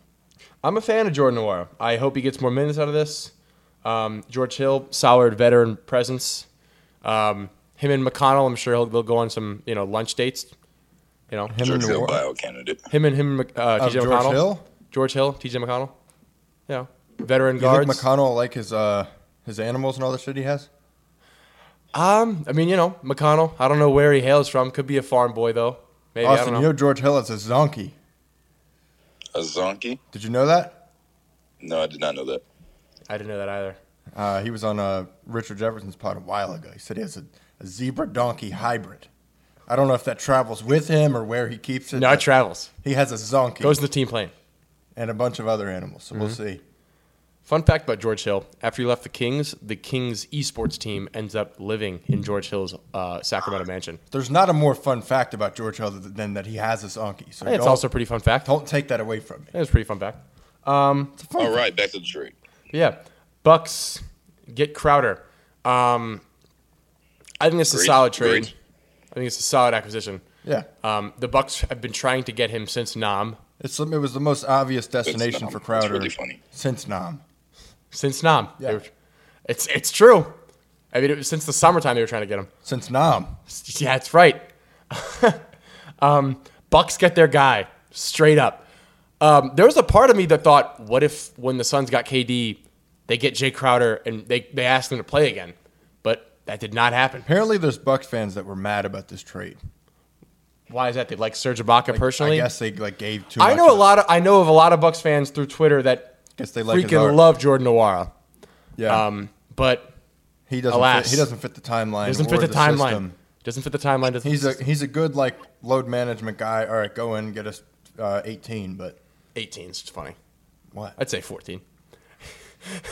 S1: I'm a fan of Jordan Nwora. I hope he gets more minutes out of this. Um, George Hill, solid veteran presence. Um, him and McConnell, I'm sure he'll, they'll go on some you know lunch dates. You know,
S2: Him and
S3: George Hill
S2: Nowara.
S3: bio candidate.
S1: him and him, and Mc- uh,
S2: Oh,
S1: TJ
S2: George
S1: McConnell,
S2: Hill.
S1: George Hill, TJ McConnell. Yeah, veteran
S2: You think
S1: guards.
S2: McConnell like his uh his animals and all the shit he has?
S1: um, I mean, you know, McConnell. I don't know where he hails from. Could be a farm boy though. Maybe I
S2: Austin,
S1: don't know.
S2: you know George Hill is a zonkey.
S3: A Zonky?
S2: Did you know that?
S3: No, I did not know that.
S1: I didn't know that either.
S2: Uh, he was on uh, Richard Jefferson's pod a while ago. He said he has a, a zebra donkey hybrid. I don't know if that travels with him or where he keeps it.
S1: No, it
S2: but
S1: travels.
S2: he has a zonkey.
S1: Goes Mm-hmm. to the team plane.
S2: and a bunch of other animals. So we'll see.
S1: Fun fact about George Hill: After he left the Kings, the Kings esports team ends up living in George Hill's uh, Sacramento mansion.
S2: There's not a more fun fact about George Hill th- than that he has this Anki. So
S1: Hey, it's
S2: don't,
S1: also a pretty fun fact.
S2: don't take that away from me.
S1: It's a pretty fun fact. Um,
S2: Oh.
S3: All right, back to the trade.
S1: yeah, Bucks get Crowder. Um, I think it's a
S3: Great,
S1: solid trade.
S3: great.
S1: I think it's a solid acquisition.
S2: Yeah,
S1: Um, the Bucks have been trying to get him since Nam.
S2: it's, it was the most obvious destination
S3: Nam.
S2: for
S3: It's
S2: Crowder
S3: really funny.
S2: since Nam.
S1: Since Nam, They
S2: Yeah.
S1: were- it's it's true. I mean, it was since the summertime they were trying to get him.
S2: Since Nam,
S1: Yeah, that's right. (laughs) um, Bucks get their guy straight up. Um, there was a part of me that thought, what if when the Suns got KD, they get Jay Crowder and they they ask him to play again? But that did not happen. (laughs)
S2: apparently there's Bucks fans that were mad about this trade.
S1: Why is that? They like Serge Ibaka personally.
S2: I guess they like gave too.
S1: I
S2: much
S1: know a
S2: of-
S1: lot of I know of a lot of Bucks fans through Twitter that
S2: Guess they like his
S1: freaking
S2: art.
S1: love Jordan Nwora.
S2: Yeah,
S1: Um, but
S2: he doesn't.
S1: alas.
S2: fit, he doesn't fit the timeline.
S1: doesn't
S2: or
S1: fit the, timeline.
S2: system.
S1: Doesn't fit the timeline. Doesn't
S2: He's
S1: fit
S2: a he's a good like load management guy. All right, go in get us uh, 18. But
S1: 18. It's funny.
S2: what?
S1: I'd say 14.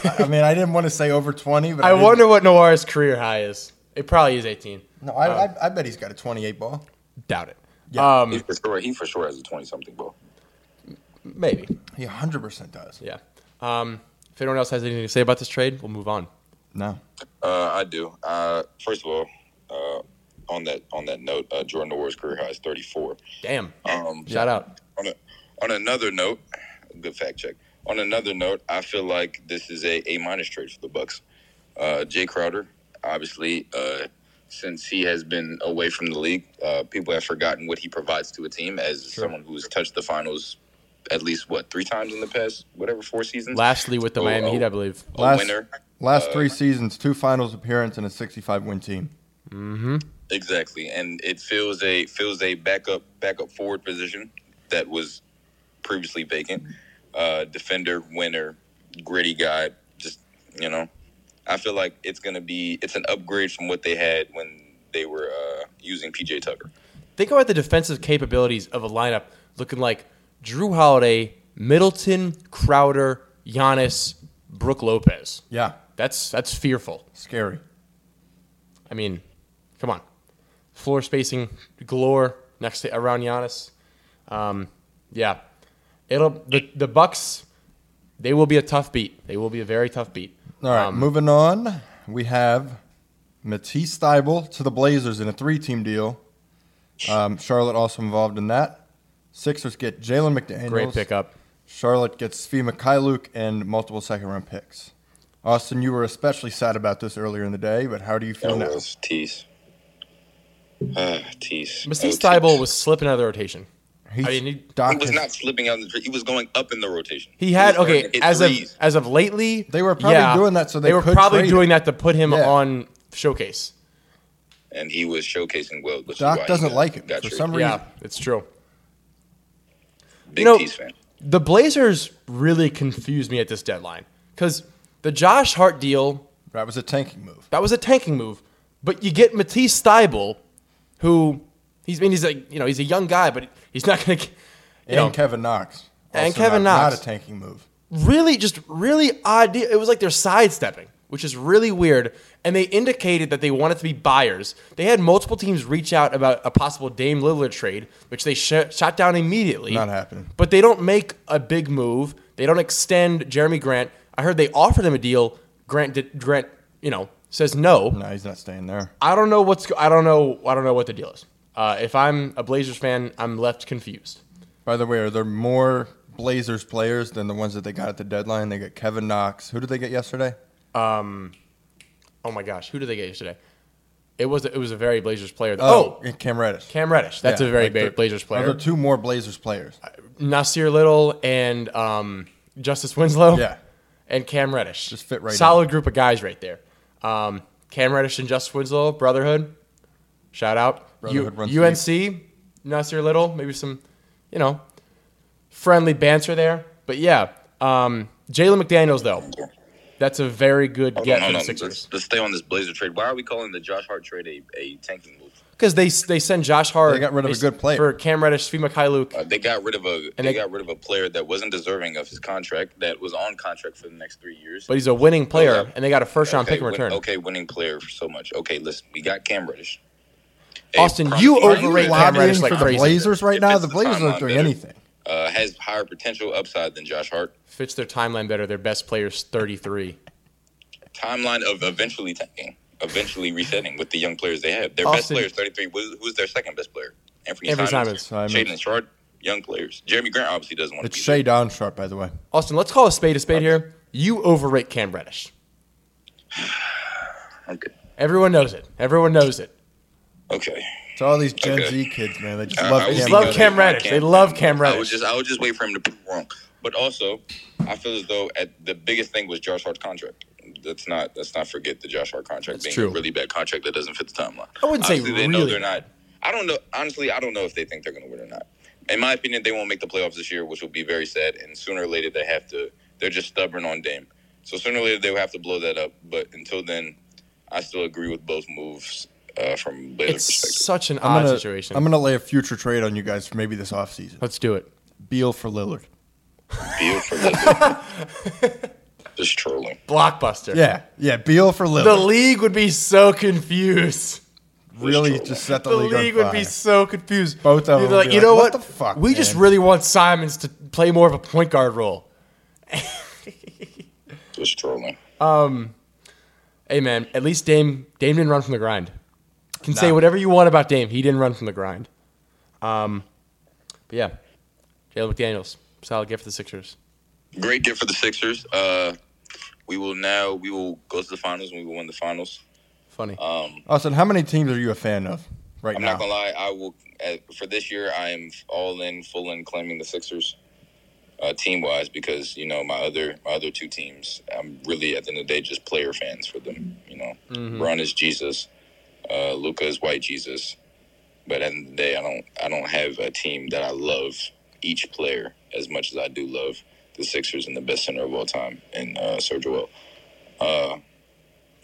S2: I, I mean, I didn't want to say over 20, but
S1: I
S2: didn't-
S1: wonder what Noir's career high is. It probably is 18.
S2: No, I,
S1: Uh.
S2: I, I bet he's got a 28 ball.
S1: Doubt it.
S2: Yeah.
S1: Um,
S3: He for sure, he for sure has a 20 something ball.
S1: maybe.
S2: He 100% does.
S1: Yeah. Um, if anyone else has anything to say about this trade, we'll move on.
S2: No.
S3: Uh, I do. Uh, first of all, uh, on that on that note, uh, Jordan Noir's career high is 34.
S1: Damn.
S3: Um,
S1: Shout out.
S3: on a, on another note, good fact check. On another note, I feel like this is a A minus trade for the Bucks. Uh, Jay Crowder, obviously, uh, since he has been away from the league, uh, people have forgotten what he provides to a team as someone who has touched the finals at least what three times in the past whatever four seasons.
S1: Lastly, with the
S3: Oh,
S1: Miami
S3: oh.
S1: Heat, I believe.
S3: a
S2: Last-
S3: winner.
S2: Last three seasons, two finals appearance, and a 65 win team.
S1: Mm-hmm.
S3: Exactly, and it fills a fills a backup backup forward position that was previously vacant. Uh, defender, winner, gritty guy. Just you know, I feel like it's gonna be it's an upgrade from what they had when they were uh, using PJ Tucker.
S1: Think about the defensive capabilities of a lineup looking like Drew Holiday, Middleton, Crowder, Giannis, Brooke Lopez.
S2: Yeah.
S1: That's that's fearful.
S2: Scary.
S1: I mean, come on. Floor spacing galore next to around Giannis. Um, yeah, it'll the the Bucks. They will be a tough beat. They will be a very tough beat.
S2: All right.
S1: Um,
S2: moving on, we have Matisse Thybul to the Blazers in a three team deal. Um, Charlotte also involved in that. Sixers get Jalen McDaniels.
S1: Great pickup.
S2: Charlotte gets Fema Kyluk and multiple second round picks.
S1: Oh,
S2: Austin, you were especially sad about this earlier in the day, but how do you feel
S3: That
S2: now?
S3: was tease.
S2: Ah,
S3: Uh, tease.
S1: Matisse
S2: Oh,
S1: Thibault was slipping out of the rotation.
S2: He's
S1: I mean, he-
S3: He
S2: docked
S3: was
S2: his-
S3: not slipping out. In the, he was going up in the rotation.
S1: He had
S3: was
S1: okay
S3: starting to hit
S1: as of
S3: threes.
S1: as of lately.
S2: They were probably
S1: yeah,
S2: doing that so they
S1: were
S2: could
S1: probably
S2: trade
S1: doing
S2: him.
S1: that to put him
S2: Yeah.
S1: on showcase.
S3: and he was showcasing well. Which is
S2: Doc
S3: why he
S2: doesn't
S3: got-
S2: like him
S3: got
S2: for
S3: traded.
S2: some reason.
S1: Yeah, it's true.
S3: Big
S1: You know-
S3: Tease fan.
S1: The Blazers really confused me at this deadline because the Josh Hart deal
S2: That was a tanking move.
S1: that was a tanking move, but you get Matisse Steibel, who he's I mean he's like you know he's a young guy, but he's not going to you
S2: And
S1: know
S2: Kevin Knox.
S1: And
S2: Also
S1: Kevin
S2: not,
S1: Knox.
S2: Not a tanking move.
S1: really just really odd. deal. It was like they're sidestepping, which is really weird. And they indicated that they wanted to be buyers. They had multiple teams reach out about a possible Dame Lillard trade, which they sh- shot down immediately.
S2: Not happening.
S1: But they don't make a big move. They don't extend Jeremy Grant. I heard they offered him a deal. Grant did, Grant, you know, says no.
S2: No, he's not staying there.
S1: I don't know what's I don't know I don't know what the deal is. Uh, if I'm a Blazers fan, I'm left confused.
S2: By the way, are there more Blazers players than the ones that they got at the deadline? They got Kevin Knox. Who did they get yesterday?
S1: Oh my gosh, who did they get yesterday? It was it was a very Blazers player.
S2: and Oh, Cam Reddish.
S1: Cam Reddish. Oh. That's
S2: Yeah,
S1: a very
S2: like
S1: big
S2: there-
S1: Blazers
S2: Are
S1: player.
S2: there two more Blazers players?
S1: Nasir Little and um, Justice Winslow.
S2: Yeah.
S1: And Cam Reddish.
S2: Just fit right
S1: Solid group of guys right there. Um, Cam Reddish and Justice Winslow, Brotherhood. Shout out.
S2: Brotherhood runs
S1: U- UNC, Nasir Little, maybe some, you know, friendly banter there. But yeah, um, Jalen McDaniels, though. That's a very good
S3: Hold
S1: get
S3: on,
S1: for
S3: hold
S1: the
S3: on.
S1: Sixers.
S3: Let's, let's stay on Oh, this Blazer trade. Why are we calling the Josh Hart trade a, a tanking move?
S1: Because they, they send Josh Hart.
S2: They got rid of a
S1: s-
S2: good player.
S1: For Cam Reddish, Fima Kailuk.
S3: Uh, they got rid of a
S1: And
S3: they,
S1: they-
S3: got rid of a player that wasn't deserving of his contract that was on contract for the next three years.
S1: but he's a winning player,
S3: Okay.
S1: and they got a first round
S3: okay,
S1: pick in
S3: win-
S1: return.
S3: okay, winning player for so much. Okay, listen, we got Cam Reddish. A
S1: Austin,
S3: prom-
S1: you
S3: Are
S1: overrate Cam
S3: lobbying
S1: Reddish like
S2: for
S1: crazy.
S2: the Blazers right
S3: It
S2: now?
S3: fits
S2: The
S3: the
S2: Blazers
S3: timeline
S2: aren't doing
S3: better.
S2: anything.
S3: Uh, has higher potential upside than Josh Hart.
S1: Fits their timeline better. Their best player's 33.
S3: Timeline of eventually tanking, eventually resetting with the young players they have. Their best
S1: Austin-
S3: player is 33. Who's, who's their second best player? Anthony,
S1: Anthony
S3: Simons,
S2: Simons.
S3: Shaden Sharp, young players. Jeremy Grant obviously doesn't want
S2: It's
S3: to be there.
S2: Shea Don Sharp, by the way.
S1: Austin, let's call a spade a spade here. You overrate Cam Reddish.
S3: Okay.
S1: Everyone knows it. Everyone knows it.
S3: Okay.
S2: It's all these Gen
S3: Okay.
S2: Z kids, man. They just
S3: I-
S2: love
S3: I was
S2: Cam
S1: love
S2: Reddish.
S1: Cam Reddish. They love Cam
S3: I would
S1: Reddish.
S3: just I would just wait for him to prove wrong. But also, I feel as though at the biggest thing was Josh Hart's contract. Let's not let's not forget the Josh Hart contract
S1: That's
S3: being
S1: true.
S3: a really bad contract that doesn't fit the timeline.
S1: I wouldn't say
S3: Honestly, they know
S1: really
S3: they're not. I don't know. Honestly, I don't know if they think they're going to win or not. In my opinion, they won't make the playoffs this year, which will be very sad. And sooner or later, they have to. They're just stubborn on Dame. So sooner or later, they will have to blow that up. But until then, I still agree with both moves uh, from Blazer
S1: It's
S3: perspective.
S1: such an
S2: I'm
S1: odd
S2: gonna,
S1: situation.
S2: I'm gonna lay a future trade on you guys for maybe this offseason.
S1: Let's do it.
S2: Beal for Lillard.
S3: Beal
S2: (laughs)
S3: for Lillard. just trolling.
S1: Blockbuster.
S2: Yeah, yeah. Beal for Lillard.
S1: The league would be so confused.
S2: really just set the,
S1: The
S2: league,
S1: league
S2: on
S1: would be
S2: fire.
S1: so confused.
S2: Both of
S1: They'd
S2: them
S1: be
S2: would
S1: like,
S2: be
S1: you
S2: like,
S1: know what?
S2: what the fuck,
S1: we just
S2: man?"
S1: really want Simons to play more of a point guard role.
S3: Just trolling.
S1: Hey man, at least Dame Dame didn't run from the grind. Can say
S2: Nah.
S1: whatever you want about Dame, he didn't run from the grind. Um, but yeah, Jalen McDaniels, solid gift for the Sixers.
S3: Great gift for the Sixers. Uh, we will now we will go to the finals and we will win the finals. Um,
S1: Funny.
S2: Uh, Austin, how many teams are you a fan of right
S3: I'm
S2: now?
S3: not gonna lie. I will uh, for this year. I am all in, full in, claiming the Sixers, uh, team wise, because you know my other my other two teams. I'm really at the end of the day just player fans for them. You know,
S1: Mm-hmm.
S3: Bron is Jesus, uh, Luca is white Jesus, but at the end of the day, I don't I don't have a team that I love each player as much as I do love the Sixers and the best center of all time and uh, Serge Will. Uh,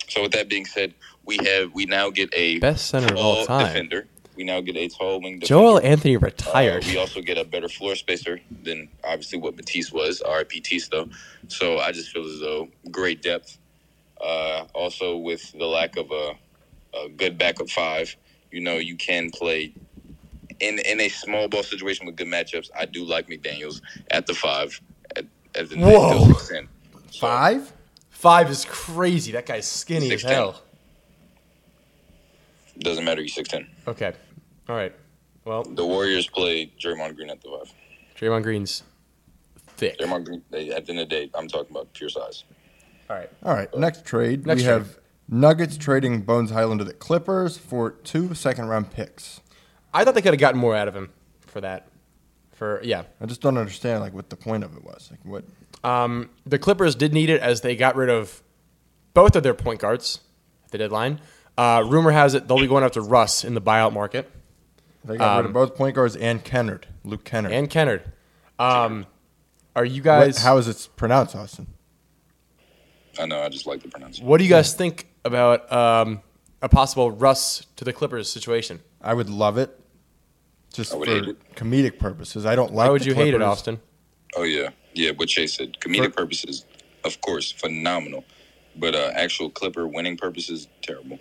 S3: so with that being said, we have we now get a
S1: Best center of all
S3: tall
S1: time.
S3: defender. We now get a tall wing defender.
S1: Joel Anthony
S3: Uh,
S1: retired.
S3: we also get a better floor spacer than obviously what Matisse was, RIP Matisse though. So I just feel as though great depth. Uh, also with the lack of a, a good backup five, you know, you can play in in a small ball situation with good matchups. I do like McDaniels at the five. At, at the
S1: Whoa.
S3: at the six in. So,
S2: Five?
S1: Five is crazy. That guy's skinny as
S3: 16.
S1: hell.
S3: Doesn't matter. You six ten.
S1: Okay, all right. Well,
S3: The Warriors play Draymond Green at the five.
S1: Draymond Green's thick.
S3: Draymond Green. They, at the end of the day, I'm talking about pure size.
S1: All right.
S2: All right, next trade.
S1: Next
S2: we
S1: trade.
S2: have Nuggets trading Bones Highland to the Clippers for two second round picks.
S1: I thought they could have gotten more out of him for that. For yeah,
S2: I just don't understand like what the point of it was. Like what?
S1: Um, the Clippers did need it as they got rid of both of their point guards at the deadline. Uh, rumor has it they'll be going after Russ in the buyout market
S2: They got rid of both point guards and Kennard, Luke Kennard.
S1: Um, and Kennard. Um, are you
S2: What-
S1: guys?
S2: how is it pronounced, Austin?
S3: I know. I just like the pronunciation.
S1: what do you guys think about um, a possible Russ to the Clippers situation?
S2: I would love it, just
S3: I
S2: for
S3: would hate it.
S2: comedic purposes. I don't like.
S1: Why would
S2: the
S1: you hate it,
S2: Clippers.
S1: Austin?
S3: Oh yeah, yeah. What Chase said, comedic purposes, of course, phenomenal, but uh, actual Clipper winning purposes, terrible.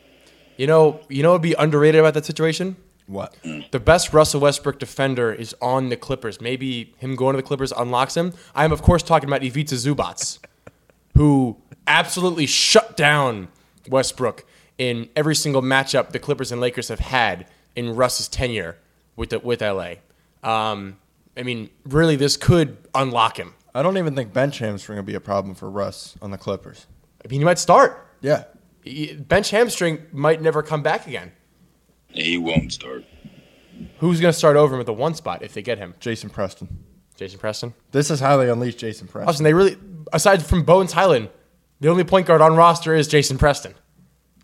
S1: You know, you know, what would be underrated about that situation.
S2: What?
S1: The best Russell Westbrook defender is on the Clippers. Maybe him going to the Clippers unlocks him. I am, of course, talking about Ivica Zubats, who absolutely shut down Westbrook in every single matchup the Clippers and Lakers have had in Russ's tenure with the, with LA. Um, I mean, really, this could unlock him.
S2: I don't even think bench hamstring would be a problem for Russ on the Clippers.
S1: I mean, he might start.
S2: Yeah,
S1: He- Bench hamstring might never come back again.
S3: Yeah, he won't start.
S1: Who's going to start over him at the one spot if they get him?
S2: Jason Preston.
S1: Jason Preston.
S2: This is how they unleash Jason Preston.
S1: Austin, they really, aside from Bones Highland, the only point guard on roster is Jason Preston.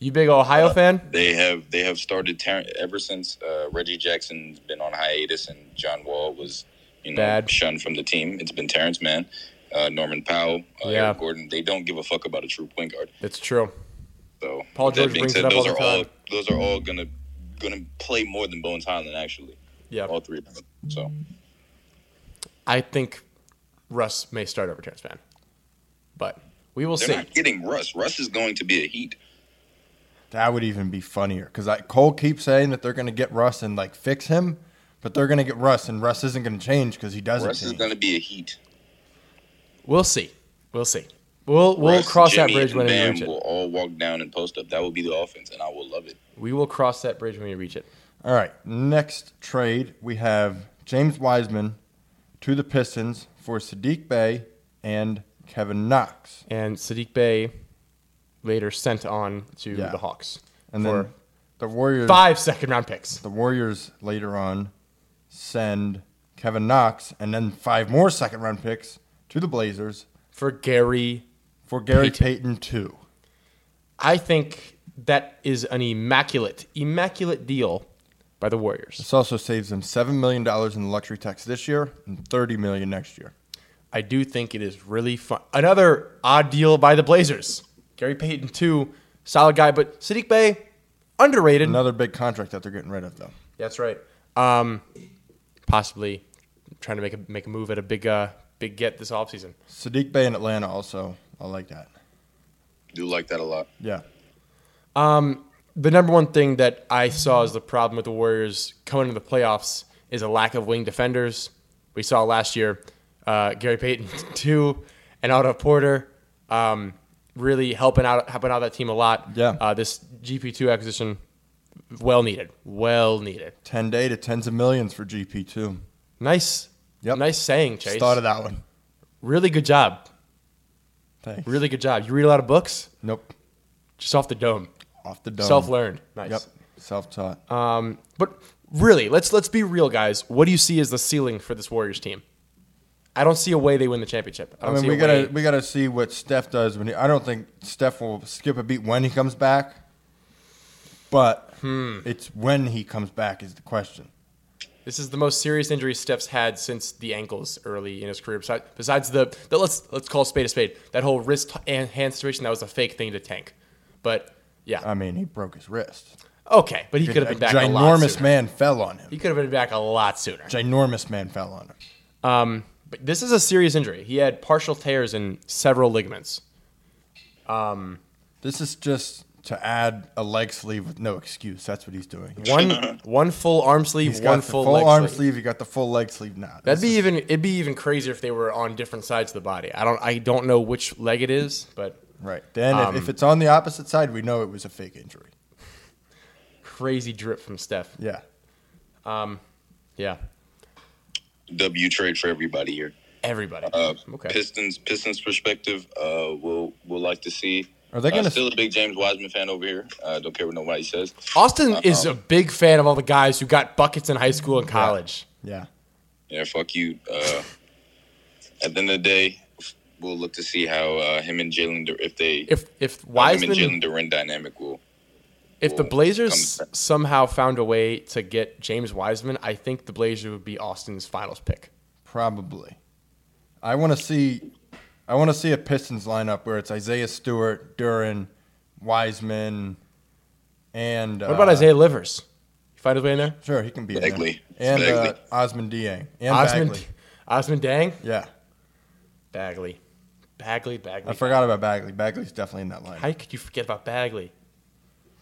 S1: You big Ohio fan?
S3: They have they have started ter- ever since uh, Reggie Jackson's been on hiatus and John Wall was you know
S1: Bad.
S3: shunned from the team. It's been Terrence Mann, uh, Norman Powell, uh,
S1: Yeah.
S3: Eric Gordon. They don't give a fuck about a true point guard.
S1: It's true.
S3: So
S1: Paul
S3: with that
S1: George
S3: being
S1: brings
S3: said,
S1: it up all
S3: those
S1: the
S3: are all
S1: time.
S3: those are all gonna gonna play more than Bones Highland actually.
S1: Yeah.
S3: All three of them. So
S1: I think Russ may start over Terrence Mann. But we will
S3: they're
S1: see.
S3: not getting Russ. Russ is going to be a Heat.
S2: That would even be funnier because Cole keeps saying that they're going to get Russ and like fix him, but they're going to get Russ and Russ isn't going to change because he doesn't.
S3: Russ is
S2: change.
S3: going to be a Heat.
S1: We'll see. We'll see. We'll we'll
S3: Russ,
S1: cross that
S3: Jimmy,
S1: bridge
S3: and
S1: when we
S3: Bam
S1: reach it.
S3: will all walk down and post up. That will be the offense, and I will love it.
S1: We will cross that bridge when we reach it.
S2: All right, next trade we have James Wiseman to the Pistons for Sadiq Bay and Kevin Knox.
S1: And Sadiq Bey later sent on to
S2: Yeah.
S1: the Hawks.
S2: And
S1: for
S2: then the Warriors
S1: five second round picks.
S2: the Warriors later on send Kevin Knox and then five more second round picks to the Blazers
S1: For Gary
S2: for Gary
S1: Payton.
S2: Payton too.
S1: I think that is an immaculate, immaculate deal by the Warriors.
S2: This also saves them seven million dollars in luxury tax this year and thirty million next year.
S1: I do think it is really fun. Another odd deal by the Blazers. Gary Payton, too, solid guy, but Sadiq Bey, underrated.
S2: Another big contract that they're getting rid of though.
S1: That's right. Um, possibly trying to make a make a move at a big uh, big get this offseason.
S2: Sadiq Bay in Atlanta also. I like that.
S3: Do like that a lot.
S2: Yeah.
S1: the number one thing that I saw as the problem with the Warriors coming into the playoffs is a lack of wing defenders. We saw last year uh, Gary Payton (laughs) too, and Otto Porter um, really helping out helping out that team a lot.
S2: Yeah.
S1: uh, this GP two acquisition, well needed, well needed.
S2: Ten day to tens of millions for GP two.
S1: Nice,
S2: Yep.
S1: nice saying,
S2: Just
S1: Chase.
S2: thought of that one.
S1: Really good job.
S2: Thanks.
S1: Really good job. You read a lot of books
S2: Nope.
S1: just off the dome,
S2: Off the dome.
S1: self learned. Nice.
S2: Yep. Self taught.
S1: Um, but really, let's let's be real, guys. What do you see as the ceiling for this Warriors team? I don't see a way they win the championship. I,
S2: I
S1: don't
S2: mean,
S1: see
S2: we
S1: a
S2: gotta
S1: way.
S2: we gotta see what Steph does when he. I don't think Steph will skip a beat when he comes back, but
S1: Hmm.
S2: it's when he comes back is the question.
S1: This is the most serious injury Steph's had since the ankles early in his career. Besides, besides the, the let's let's call a spade a spade. That whole wrist and hand situation that was a fake thing to tank. But yeah,
S2: I mean, he broke his wrist.
S1: okay. But he could have been back a lot
S2: ginormous
S1: sooner.
S2: man fell on him.
S1: He could have been back a lot sooner.
S2: Ginormous man fell on him.
S1: Um, but this is a serious injury. He had partial tears in several ligaments.
S2: This is just to add a leg sleeve with no excuse. That's what he's doing.
S1: One one full arm sleeve,
S2: He's got
S1: one
S2: the
S1: full,
S2: full,
S1: leg
S2: arm
S1: sleeve.
S2: sleeve. You got the full leg sleeve now.
S1: That'd be even. It'd be even crazier if they were on different sides of the body. I don't. I don't know which leg it is, but
S2: right. Then if,
S1: um,
S2: if it's on the opposite side, we know it was a fake injury.
S1: crazy drip from Steph.
S2: Yeah.
S1: Yeah,
S3: W trade for everybody here.
S1: everybody.
S3: Uh,
S1: okay.
S3: Pistons Pistons perspective, uh, we'll we'll like to see
S2: Are they
S3: I'm
S2: going to?
S3: still a big James Wiseman fan over here. Uh, don't care what nobody says.
S1: Austin is a big fan of all the guys who got buckets in high school and college.
S2: yeah.
S3: Yeah, fuck you. Uh, at the end of the day, we'll look to see how uh, him and Jalen, Dur- if they,
S1: If if
S3: how him and Jalen
S1: Wiseman,
S3: Duran dynamic will.
S1: if the
S3: will
S1: Blazers
S3: come back.
S1: somehow found a way to get James Wiseman, I think the Blazers would be Austin's finals pick.
S2: Probably. I want to see. I want to see a Pistons lineup where it's Isaiah Stewart, Duran, Wiseman, and
S1: What about
S2: uh,
S1: Isaiah Livers? You find his way in there.
S2: Sure, he can be in there.
S3: Bagley.
S2: and uh,
S3: Bagley.
S2: Osman Dieng and
S1: Osmond,
S2: Bagley.
S1: Osmond Dang,
S2: Yeah,
S1: Bagley, Bagley, Bagley.
S2: I forgot about Bagley. Bagley's definitely in that line.
S1: How could you forget about Bagley?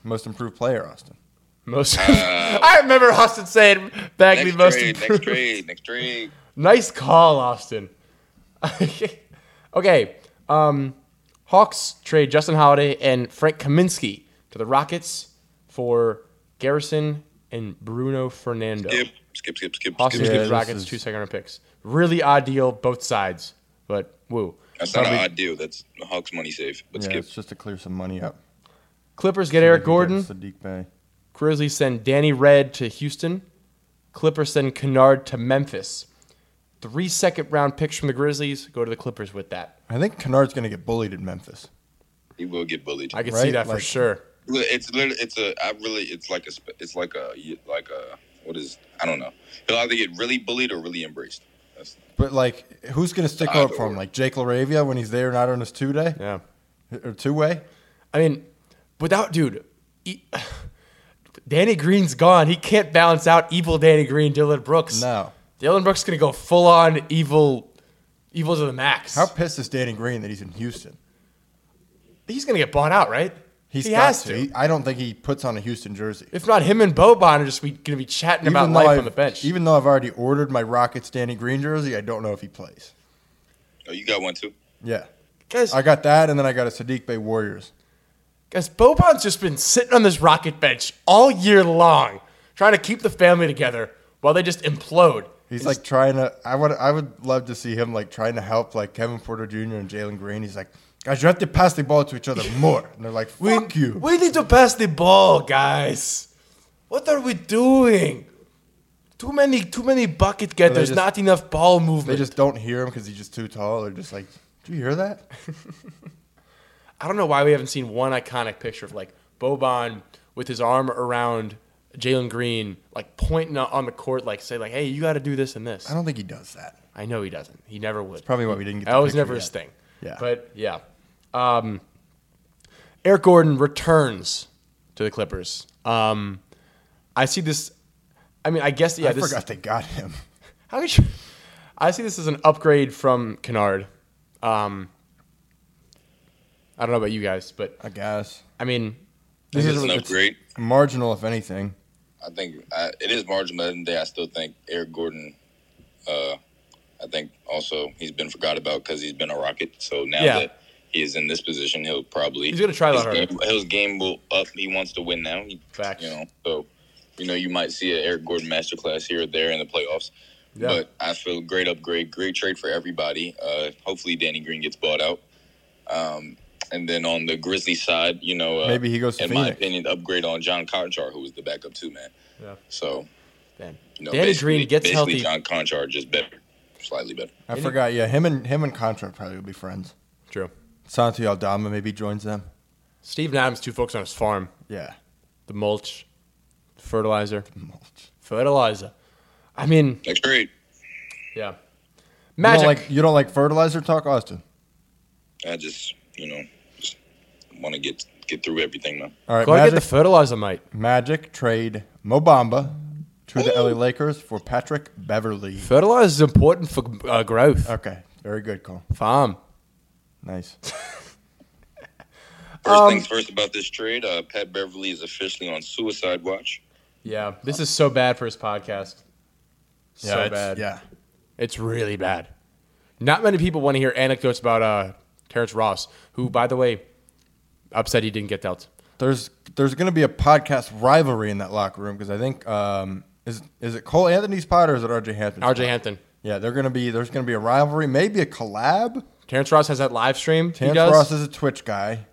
S2: Most improved player, Austin.
S1: Most. (laughs) I remember Austin saying Bagley
S3: Uh, Next
S1: most
S3: trade, next
S1: improved.
S3: trade, next trade.
S1: Nice call, Austin. (laughs) okay. Um, Hawks trade Justin Holiday and Frank Kaminsky to the Rockets for Garrison and Bruno Fernando.
S3: Skip, skip, skip, skip,
S1: Hawks
S3: skip.
S2: Yeah,
S1: gives
S2: this
S1: Rockets
S2: is-
S1: two second round picks. Really odd deal, both sides, but woo.
S3: That's not
S2: Probably-
S3: an odd deal. That's Hawks money safe. But
S2: yeah,
S3: skip.
S2: it's just to clear some money up.
S1: Clippers get Eric
S2: He
S1: Gordon.
S2: gets Sadiq Bey.
S1: Grizzlies send Danny Red to Houston. Clippers send Kennard to Memphis. Three second round picks from the Grizzlies go to the Clippers with that.
S2: I think Kennard's going to get bullied in Memphis.
S3: He will get bullied.
S1: I can see
S2: Right,
S1: that for
S2: like-
S1: sure.
S3: Look, It's literally, it's a, I really, it's like a, sp- it's like a, like a, what is, I don't know. He'll either get really bullied or really embraced. That's,
S2: But like, who's going to stick
S3: Either
S2: up for him?
S3: or.
S2: Like Jake Laravia when he's there, not on his two day
S1: Yeah.
S2: or two way.
S1: I mean, without dude, e- (sighs) Danny Green's gone. He can't balance out evil Danny Green, Dylan Brooks.
S2: No.
S1: Dylan Brooks is gonna go full on evil, evil to the max.
S2: How pissed is Danny Green that he's in Houston?
S1: He's gonna get bought out, right?
S2: He's
S1: he
S2: got
S1: has to.
S2: He- I don't think he puts on a Houston jersey.
S1: If not, him and Boban are just be, gonna be chatting about
S2: though
S1: life
S2: I've-
S1: on the bench.
S2: Even though I've already ordered my Rockets Danny Green jersey, I don't know if he plays.
S3: oh, you got one too?
S2: Yeah.
S1: guys,
S2: I got that, and then I got a Sadiq Bay Warriors.
S1: guys, Boban's just been sitting on this rocket bench all year long, trying to keep the family together while they just implode.
S2: He's like trying to. I would. I would love to see him like trying to help like Kevin Porter Jr. and Jalen Green. He's like, guys, you have to pass the ball to each other more. And they're like, fuck you.
S1: We need to pass the ball, guys. What are we doing? Too many, too many bucket getters.
S2: just-
S1: not enough ball movement.
S2: They just don't hear him because he's just too tall. They're just like, do you hear that?
S1: I don't know why we haven't seen one iconic picture of like Boban with his arm around Jalen Green, like pointing on the court, like say like, "Hey, you got to do this and this."
S2: I
S1: I,
S2: don't think he does that.
S1: know he doesn't. He never would.
S2: Probably why we didn't get.
S1: That
S2: the
S1: was
S2: picture
S1: never
S2: yet.
S1: his thing.
S2: Yeah.
S1: But yeah. Um, Eric Gordon returns to the Clippers. Um, I see this. I mean, I guess yeah.
S2: I
S1: this,
S2: forgot they got him.
S1: (laughs) How could you? I see this as an upgrade from Kennard. Um, I don't know about you guys, but
S2: I guess
S1: I mean,
S2: this
S3: It's an upgrade.
S2: marginal, if anything.
S3: I think I, it is marginal. At the end of the day, I still think Eric Gordon. Uh, I think also he's been forgot about because he's been a Rocket. So now
S1: Yeah.
S3: that he is in this position, he'll probably
S1: He's gonna try that
S3: his
S1: harder.
S3: game, his game will up. He wants to win now. He,
S1: Facts.
S3: You know, so you know you might see an Eric Gordon masterclass here or there in the playoffs.
S1: Yeah.
S3: But I feel great upgrade, great trade for everybody. Uh, hopefully, Danny Green gets bought out. Um, and then on the Grizzly side, you know, uh,
S2: Maybe he goes to
S3: in my
S2: Phoenix.
S3: opinion, upgrade on John Conchar, who was the backup two man.
S1: Yeah.
S3: So
S1: man,
S3: you know,
S1: Danny
S3: basically-
S1: Green gets
S3: basically
S1: healthy.
S3: John Conchar just better, slightly better.
S2: I forgot. Yeah, him and him and Contra probably will be friends.
S1: True.
S2: Santi Aldama maybe joins them.
S1: Steve Adams too focused on his farm,
S2: Yeah,
S1: the mulch, fertilizer,
S2: mulch.
S1: fertilizer. I mean,
S3: Next trade.
S1: yeah,
S2: You
S1: magic.
S2: don't like you don't like fertilizer talk, Austin.
S3: I just you know just want to get get through everything now.
S2: All right,
S1: Go ahead and get
S2: Magic,
S1: the fertilizer, mate.
S2: Magic trade Mobamba to the LA Lakers for Patrick Beverly.
S1: Fertilizer is important for uh, growth.
S2: Okay, very good call.
S1: Farm.
S2: Nice.
S3: First
S1: Um,
S3: things first about this trade. Uh, Pat Beverly is officially on suicide watch.
S1: Yeah, this is so bad for his podcast.
S2: Yeah,
S1: so
S2: it's-
S1: bad.
S2: Yeah,
S1: It's really bad. Not many people want to hear anecdotes about uh, Terrence Ross, who, by the way, upset he didn't get dealt.
S2: there's there's going to be a podcast rivalry in that locker room because I think um, is is it Cole Anthony's pod or is it RJ Hampton?
S1: RJ Hampton.
S2: Yeah, they're going to be there's going to be a rivalry, maybe a collab.
S1: Terrence Ross has that live stream. he
S2: Terrence
S1: does.
S2: Ross is a Twitch guy.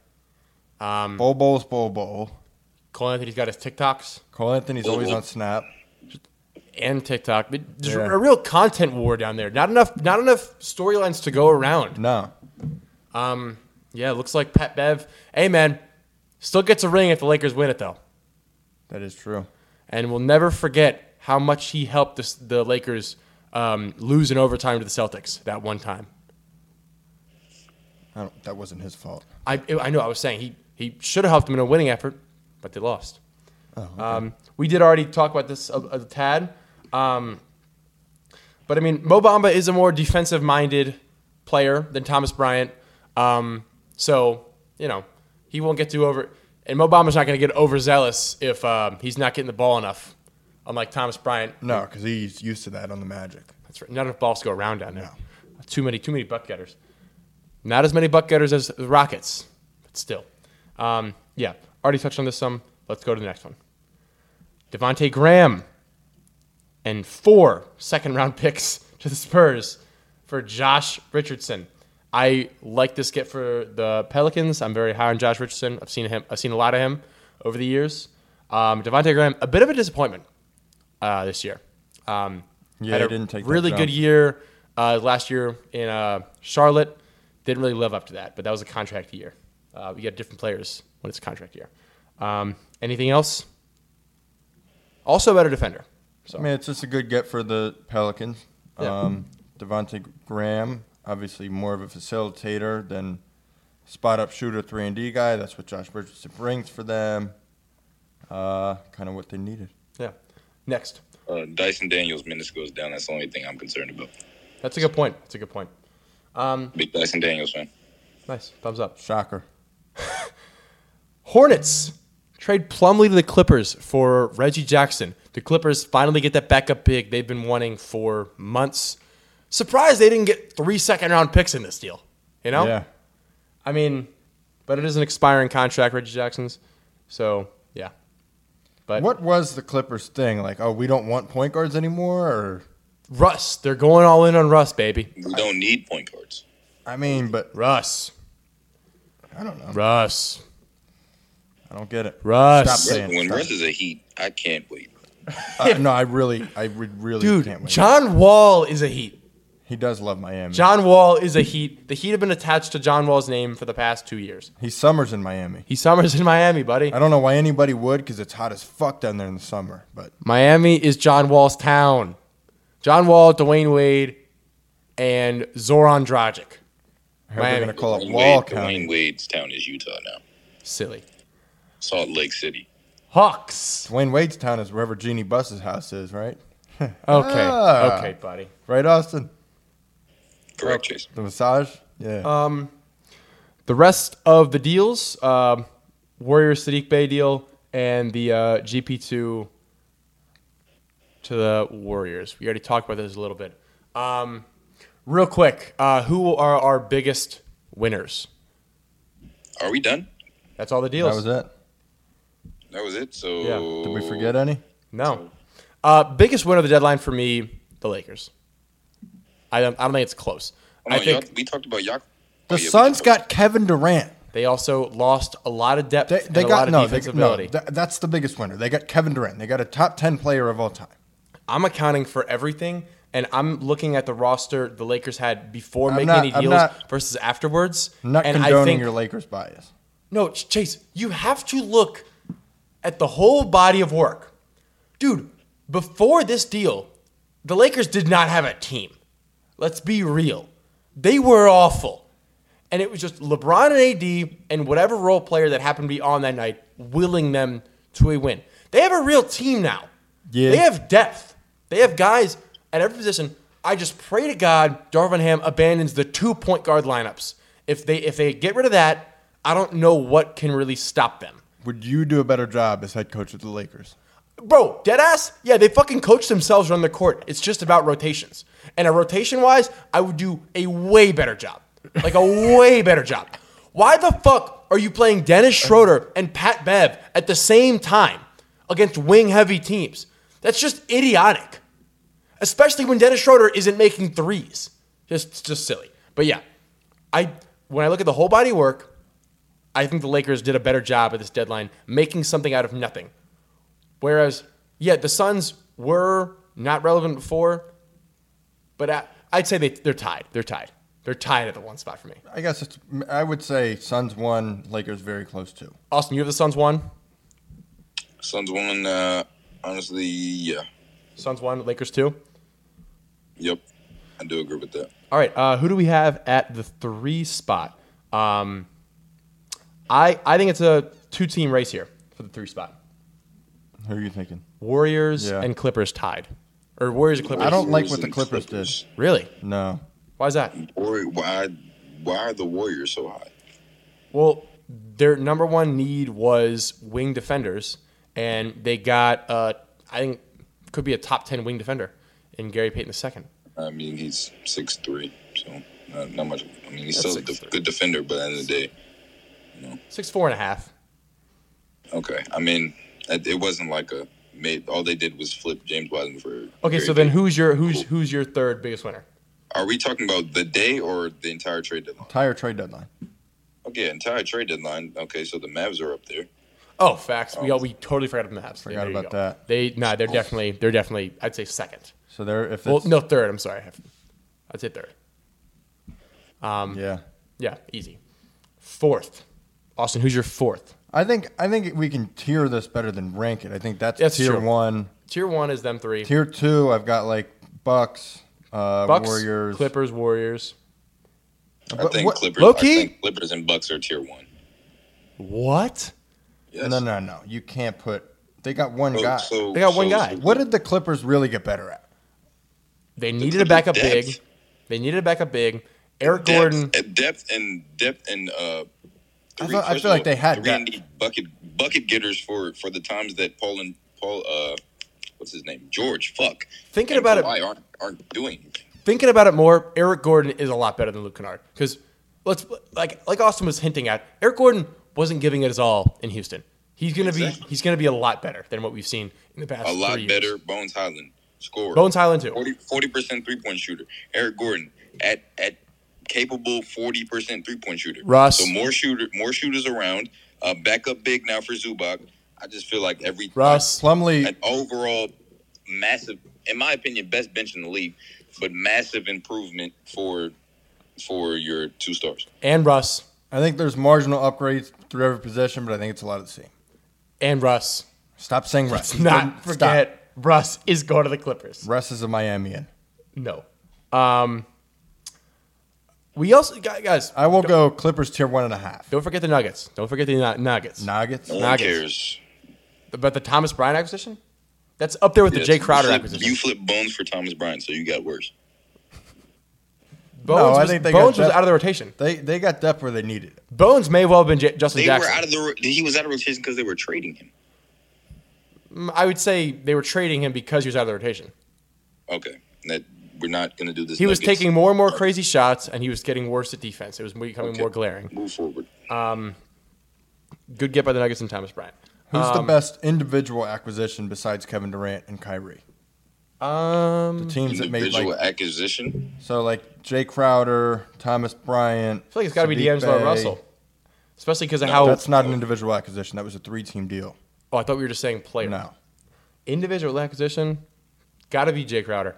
S1: Um,
S2: Bowl Bowl's Bowl Bowl.
S1: Cole Anthony's got his TikToks
S2: Cole Anthony's always on Snap.
S1: and TikTok. But there's
S2: Yeah.
S1: a real content war down there. Not enough. Not enough storylines to go around. Um,
S2: No.
S1: Yeah, looks like Pat Bev. Hey man, still gets a ring if the Lakers win it though,
S2: That is true.
S1: and we'll never forget how much he helped this, the Lakers um, lose in overtime to the Celtics that one time.
S2: I don't, that wasn't his fault.
S1: I, I know I was saying he, he should have helped them in a winning effort, but they lost. um, we did already talk about this a, a tad. Um, but I mean, Mobamba is a more defensive minded player than Thomas Bryant. Um, so, you know, he won't get too over. And Mobamba's not going to get overzealous if um he's not getting the ball enough, unlike Thomas Bryant.
S2: No, because he's used to that on the Magic.
S1: That's right. Not enough balls go around down there. Too many, too many buck getters. Not as many buck getters as the Rockets, but still. Um, yeah, already touched on this some. Let's go to the next one. Devonte Graham and four second round (laughs) picks to the Spurs for Josh Richardson. I like this get for the Pelicans. I'm very high on Josh Richardson. I've seen him. I've seen a lot of him over the years. Um, Devonte Graham, a bit of a disappointment uh, this year. Um,
S2: Yeah,
S1: had
S2: he
S1: a
S2: didn't take that
S1: really
S2: jump.
S1: good year uh, last year in uh, Charlotte. Didn't really live up to that, but that was a contract year. Uh, we got different players when it's a contract year. Um, anything else? Also, a better defender.
S2: I mean, it's just a good get for the Pelicans.
S1: Yeah.
S2: Um, Devontae Graham, obviously more of a facilitator than spot up shooter, three and D guy. That's what Josh Richardson brings for them. Uh, kind of what they needed.
S1: Yeah. Next.
S3: Uh, Dyson Daniels' minutes goes down. That's the only thing I'm concerned about.
S1: That's a good point. That's a good point.
S3: Big Dyson Daniels fan.
S1: Nice. Thumbs up.
S2: Shocker.
S1: Hornets trade Plumlee to the Clippers for Reggie Jackson. The Clippers finally get that backup big they've been wanting for months. Surprised they didn't get three second round picks in this deal. You know?
S2: Yeah.
S1: I mean, but it is an expiring contract, Reggie Jackson's. So, yeah. But
S2: What was the Clippers thing? Like, oh, we don't want point guards anymore? Or,
S1: Russ, they're going all in on Russ, baby.
S3: We don't need point guards.
S2: I mean, but
S1: Russ.
S2: I don't know.
S1: Russ.
S2: I don't get it.
S1: Russ.
S2: Stop saying
S3: When
S2: stop.
S3: Russ is a Heat, I can't wait.
S2: Uh, no, I really, I re- really can't
S1: Dude,
S2: wait.
S1: John Wall is a heat.
S2: he does love Miami.
S1: John Wall is a Heat. The Heat have been attached to John Wall's name for the past two years.
S2: he summers in Miami.
S1: He summers in Miami, buddy.
S2: I don't know why anybody would because it's hot as fuck down there in the summer. But
S1: Miami is John Wall's town. John Wall, Dwayne Wade, and Zoran Dragic.
S2: I
S1: Miami.
S2: heard they're going to call it
S3: Dwayne
S2: Wall
S3: Wade,
S2: County.
S3: Dwayne Wade's town is Utah now.
S1: Silly.
S3: Salt Lake City.
S1: Hawks.
S2: Dwayne Wade's town is wherever Jeannie Buss's house is, right?
S1: Okay.
S2: Ah.
S1: Okay, buddy.
S2: Right, Austin?
S3: Correct, Chase.
S2: The massage? Yeah.
S1: Uh, The rest of the deals, um, Warriors Sadiq Bay deal and the uh, GP2 to the Warriors. We already talked about this a little bit. Um, real quick, uh, who are our biggest winners?
S3: Are we done?
S1: That's all the deals.
S2: that was it.
S3: That was it. So
S1: Yeah.
S2: Did we
S3: Oh,
S2: forget any?
S1: No. Uh, biggest winner of the deadline for me, the Lakers. I don't, I don't think it's close.
S3: Hold
S1: I
S3: on,
S1: think
S3: Oh, y'all- oh, we talked about Yak.
S2: The Suns got Kevin Durant.
S1: they also lost a lot of depth
S2: They, they
S1: and a lot
S2: got
S1: of
S2: no, they,
S1: defensive
S2: no
S1: ability.
S2: tha- that's the biggest winner. They got Kevin Durant. They got a top 10 player of all time.
S1: I'm accounting for everything, and I'm looking at the roster the Lakers had before
S2: I'm
S1: making
S2: not-
S1: any
S2: I'm
S1: deals
S2: not-
S1: versus afterwards.
S2: I'm not
S1: and
S2: condoning
S1: I think
S2: your Lakers bias.
S1: no, Ch- Chase, you have to look at the whole body of work, dude. Before this deal, the Lakers did not have a team. Let's be real; they were awful, and it was just LeBron and AD and whatever role player that happened to be on that night willing them to a win. They have a real team now.
S2: Yeah.
S1: They have depth. They have guys at every position. I just pray to God Darvin Ham abandons the two point guard lineups. If they if they get rid of that, I don't know what can really stop them.
S2: Would you do a better job as head coach of the Lakers?
S1: Bro, dead ass. Yeah, they fucking coach themselves on the court. It's just about rotations. And a rotation wise, I would do a way better job. Like a (laughs) way better job. Why the fuck are you playing Dennis Schroeder and Pat Bev at the same time against wing heavy teams? That's just idiotic. Especially when Dennis Schroeder isn't making threes. Just just silly. But yeah. I when I look at the whole body of work, I think the Lakers did a better job at this deadline making something out of nothing. Whereas, yeah, the Suns were not relevant before, but I, I'd say they, they're tied. They're tied. They're tied at the one spot for me.
S2: I guess it's, I would say Suns one, Lakers very close to.
S1: Austin, you have the Suns one.
S3: Suns won. Uh, honestly, yeah,
S1: Suns one, Lakers two.
S3: yep, I do agree with that.
S1: All right, uh, who do we have at the three spot? Um, I I think it's a two team race here for the three spot.
S2: Who are you thinking?
S1: Warriors
S2: Yeah.
S1: and Clippers tied, or Warriors and Clippers.
S2: I don't like
S3: Warriors
S2: what the
S3: and
S2: Clippers did.
S1: really.
S2: No.
S1: Why is that?
S3: Warri- why? Why are the Warriors so high?
S1: Well, their number one need was wing defenders, and they got uh, I think could be a top ten wing defender in Gary Payton II.
S3: I mean, he's six three, so not, not much. I mean, he's
S1: That's
S3: still a def-
S1: 6'3".
S3: good defender, but at the end of the day,
S1: Six four and a half.
S3: okay. I mean, it it wasn't like a made. All they did was flip James Wiseman for.
S1: Okay,
S3: Gary
S1: so then
S3: Payton.
S1: who's your who's who's your third biggest winner?
S3: are we talking about? The day or the entire trade deadline?
S2: Entire trade deadline.
S3: Okay, entire trade deadline. Okay, so the Mavs are up there.
S1: Oh, facts. We all, we totally forgot about the Mavs.
S2: Forgot
S1: There you
S2: about
S1: go.
S2: that.
S1: They nah, they're definitely they're definitely I'd say second.
S2: So there, if it's,
S1: Well, no, third. I'm sorry, I'd say third.
S2: yeah,
S1: Yeah, easy. Fourth, Austin. Who's your fourth?
S2: I think I think we can tier this better than rank it. I think that's,
S1: That's
S2: tier
S1: true.
S2: one.
S1: Tier one is them three.
S2: Tier two, I've got like Bucks, uh,
S1: Bucks,
S2: Warriors.
S1: Clippers, Warriors.
S3: I
S2: But
S3: think
S2: what-
S3: Clippers.
S1: low-key?
S3: I think Clippers and Bucks are tier one.
S1: What?
S3: Yes. Oh,
S2: No, no, no. You can't put. They got one guy.
S1: They got one guy.
S2: what did the Clippers really get better at?
S1: They needed a backup
S3: depth.
S1: big. They needed a backup big. Eric
S3: depth,
S1: Gordon.
S3: uh, depth and depth and uh,
S2: I
S3: three-
S2: thought- I
S3: first
S2: feel
S3: of
S2: like
S3: all,
S2: they had
S3: three
S2: depth.
S3: need bucket bucket getters for for the times that Paul and Paul uh, what's his name George fuck
S1: Thinking
S3: and
S1: about it-
S3: Kawhi aren't aren't doing anything.
S1: Thinking about it more, Eric Gordon is a lot better than Luke Kennard because let's like like Austin was hinting at. Eric Gordon wasn't giving it his all in Houston. He's gonna
S3: Exactly.
S1: be he's gonna be a lot better than what we've seen in the past.
S3: a lot
S1: three years.
S3: better. Bones Highland score
S1: Bones Highland too.
S3: 40 percent three point shooter. Eric Gordon at at capable forty percent three point shooter.
S1: Russ.
S3: So more shooter more shooters around. Uh, backup big now for Zubac. I just feel like every
S1: Russ.
S2: Plumlee.
S3: an overall massive, in my opinion, best bench in the league, but massive improvement for for your two stars.
S1: and Russ
S2: I think there's marginal upgrades through every position, but I think it's a lot of the same.
S1: and Russ.
S2: Stop saying
S1: Let's
S2: Russ.
S1: not
S2: Stop.
S1: forget Russ is going to the Clippers.
S2: Russ is a Miamian.
S1: No. Um, we also gu- guys.
S2: I will go Clippers tier one and a half.
S1: Don't forget the Nuggets. Don't forget the nu- Nuggets.
S2: Nuggets.
S3: No one
S1: Nuggets.
S3: cares.
S1: About the Thomas Bryant acquisition, that's up there with the
S3: Yes,
S1: Jay Crowder
S3: you flip,
S1: acquisition.
S3: You flip bones for Thomas Bryant, so you got worse.
S1: Bones,
S2: No, I
S1: was,
S2: think they got
S1: Bones was
S2: that-
S1: out of the rotation.
S2: They they got depth where they needed it.
S1: Bones may well have been J- Justin
S3: They
S1: Jackson.
S3: were out of the. ro- He was out of rotation because they were trading him.
S1: Mm, I would say they were trading him because he was out of the rotation.
S3: Okay, that we're not going to do this.
S1: He was
S3: Nuggets.
S1: taking more and more crazy shots, and he was getting worse at defense. It was becoming
S3: Okay.
S1: more glaring.
S3: Move forward.
S1: Good get by the Nuggets and Thomas Bryant.
S2: Who's
S1: Um,
S2: the best individual acquisition besides Kevin Durant and Kyrie?
S1: Um,
S2: The Mm-hmm. teams that made
S3: Individual
S2: like
S3: acquisition.
S2: so like Jay Crowder, Thomas Bryant.
S1: I feel like it's got to be D'Angelo Russell, especially because of how.
S3: Oh.
S2: That's not an individual acquisition. That was a three-team deal.
S1: oh, I thought we were just saying player.
S2: No,
S1: individual acquisition, got to be Jay Crowder.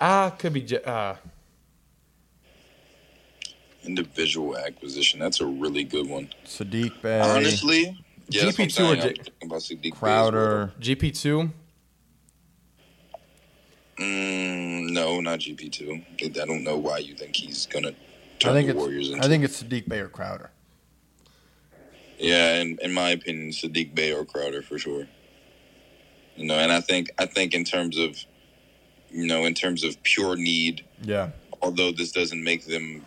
S1: Ah, could be. J- uh,
S3: Individual acquisition. That's a really good one.
S2: Sadiq Bay,
S3: Honestly, yeah, that's what
S1: GP2
S3: I'm
S1: or
S3: saying. I'm
S1: J-
S3: thinking about Sadiq Bay as well.
S2: Crowder.
S1: GP two.
S3: Mm, no, not GP two. I don't know why you think he's gonna
S2: I
S3: turn
S2: think
S3: the Warriors
S2: it's
S3: into.
S2: I think it's Sadiq Bay or Crowder.
S3: yeah, in, in my opinion, Sadiq Bay or Crowder for sure. You know, and I think I think in terms of, you know, in terms of pure need,
S2: Yeah,
S3: although this doesn't make them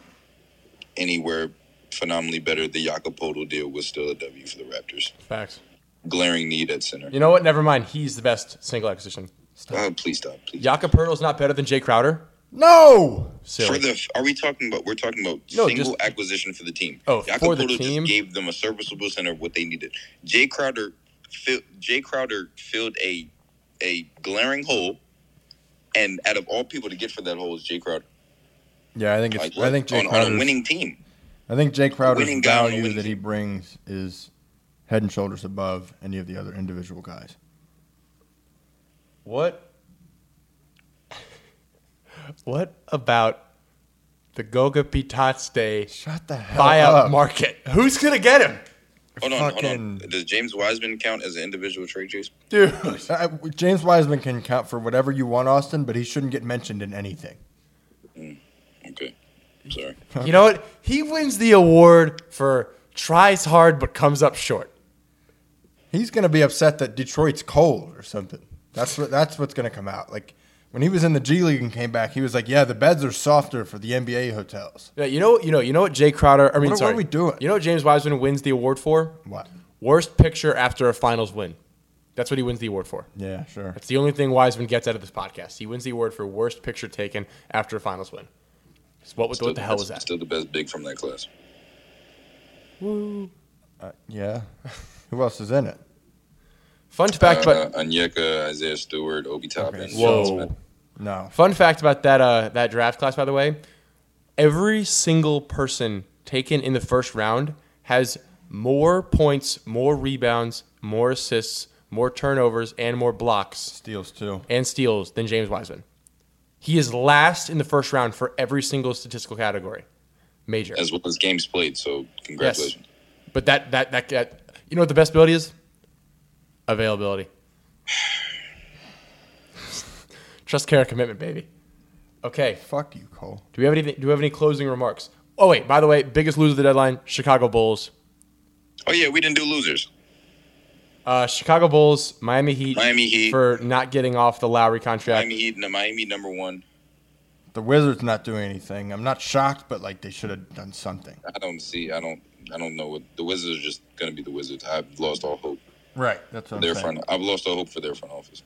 S3: anywhere phenomenally better, the Jakopoto deal was still a W for the Raptors.
S1: Facts.
S3: Glaring need at center.
S1: You know what? Never mind. He's the best single acquisition.
S3: Oh, please stop. Please.
S1: Jakob Pertl's not better than Jay Crowder.
S2: no.
S1: Silly.
S3: For the are we talking about? We're talking about
S1: No,
S3: single
S1: just-
S3: acquisition for the team.
S1: Oh, for the
S3: Jakopoto
S1: team?
S3: Just gave them a serviceable center what they needed. Jay Crowder, fill, Jay Crowder filled a a glaring hole, and out of all people to get for that hole is Jay Crowder.
S2: Yeah, I think it's
S3: Like,
S2: I think Jay
S3: on, on a
S2: Crowder.
S3: winning team.
S2: I think Jake Crowder's
S3: Winning guy on a
S2: value
S3: winning
S2: that he
S3: team.
S2: brings is head and shoulders above any of the other individual guys.
S1: What? What about the Goga Pitaste
S2: Shut the hell
S1: buyout
S2: up.
S1: market? Who's gonna get him?
S3: Hold on, hold on.
S2: Fucking-
S3: Does James Wiseman count as an individual trade, Jason?
S2: Dude, I- James Wiseman can count for whatever you want, Austin, but he shouldn't get mentioned in anything.
S3: Okay, sorry.
S1: You know (laughs) what? He wins the award for tries hard but comes up short.
S2: He's going to be upset that Detroit's cold or something. That's what that's what's going to come out. Like when he was in the G League and came back, he was like, "Yeah, the beds are softer for the NBA hotels."
S1: Yeah, you know, you know, you know what Jay Crowder. I mean,
S2: What are- what
S1: sorry,
S2: are we doing?
S1: You know what James Wiseman wins the award for?
S2: What?
S1: Worst picture after a finals win. That's what he wins the award for.
S2: Yeah, sure.
S1: That's the only thing Wiseman gets out of this podcast. He wins the award for worst picture taken after a finals win. So what, was- what the hell was that?
S3: Still the best big from that class.
S2: Yeah. (laughs) Who else is in it?
S1: Fun fact
S3: uh,
S1: about
S3: Onyeka, Isaiah Stewart, Obi Toppin.
S2: Okay,
S3: Sean
S1: whoa.
S3: Smith.
S2: No.
S1: Fun fact about that uh, that draft class, by the way, every single person taken in the first round has more points, more rebounds, more assists, more turnovers, and more blocks
S2: Steals too.
S1: and steals than James Wiseman. He is last in the first round for every single statistical category, major.
S3: as well as games played. So congratulations.
S1: But that that that, that you know what the best ability is? Availability. (sighs) Trust, care, commitment, baby. Okay.
S2: Fuck you, Cole.
S1: Do we have anything? Do we have any closing remarks? Oh wait, by the way, biggest loser of the deadline: Chicago Bulls.
S3: Oh yeah, we didn't do losers.
S1: Uh, Chicago Bulls, Miami Heat,
S3: Miami Heat.
S1: for not getting off the Lowry contract.
S3: Miami Heat, Miami number one.
S2: The Wizards not doing anything. I'm not shocked, but like they should have done something.
S3: I don't see. I don't. I don't know what the Wizards are just gonna be. The Wizards. I've lost all hope.
S2: Right. That's what
S3: Their
S2: I'm saying.
S3: front. I've lost all hope for their front office.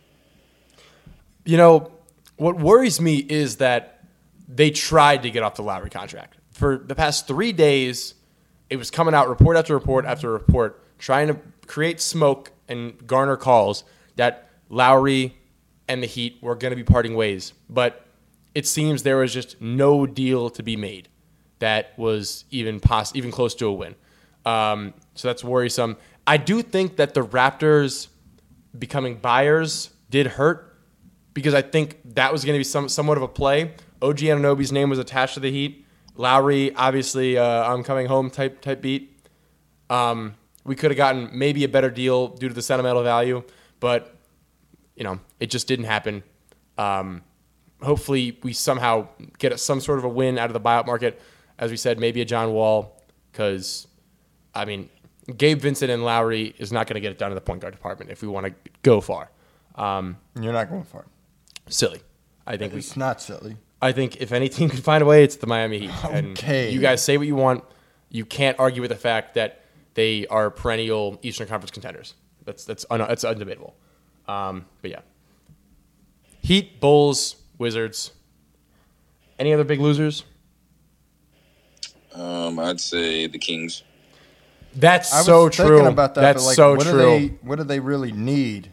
S1: You know what worries me is that they tried to get off the Lowry contract for the past three days. It was coming out report after report after report, trying to create smoke and garner calls that Lowry and the Heat were going to be parting ways. But it seems there was just no deal to be made. that was even poss- even close to a win. Um, so that's worrisome. I do think that the Raptors becoming buyers did hurt because I think that was going to be some somewhat of a play. OG Ananobi's name was attached to the Heat. Lowry, obviously, uh, I'm coming home type type beat. Um, we could have gotten maybe a better deal due to the sentimental value, but you know, it just didn't happen. Um, hopefully, we somehow get some sort of a win out of the buyout market. As we said, maybe a John Wall, because I mean, Gabe Vincent and Lowry is not going to get it done in the point guard department if we want to go far. Um,
S2: You're not going far.
S1: silly. I think we.
S2: It's not silly.
S1: I think if any team (laughs) can find a way, it's the Miami Heat.
S2: Okay.
S1: And you guys say what you want. You can't argue with the fact that they are perennial Eastern Conference contenders. That's that's un, that's undebatable. Um, but yeah, Heat, Bulls, Wizards. Any other big losers?
S3: Um, I'd say the Kings.
S1: That's
S2: I was
S1: so
S2: thinking
S1: true.
S2: about that.
S1: that's
S2: but like,
S1: so
S2: what
S1: true.
S2: Do they, what do they really need?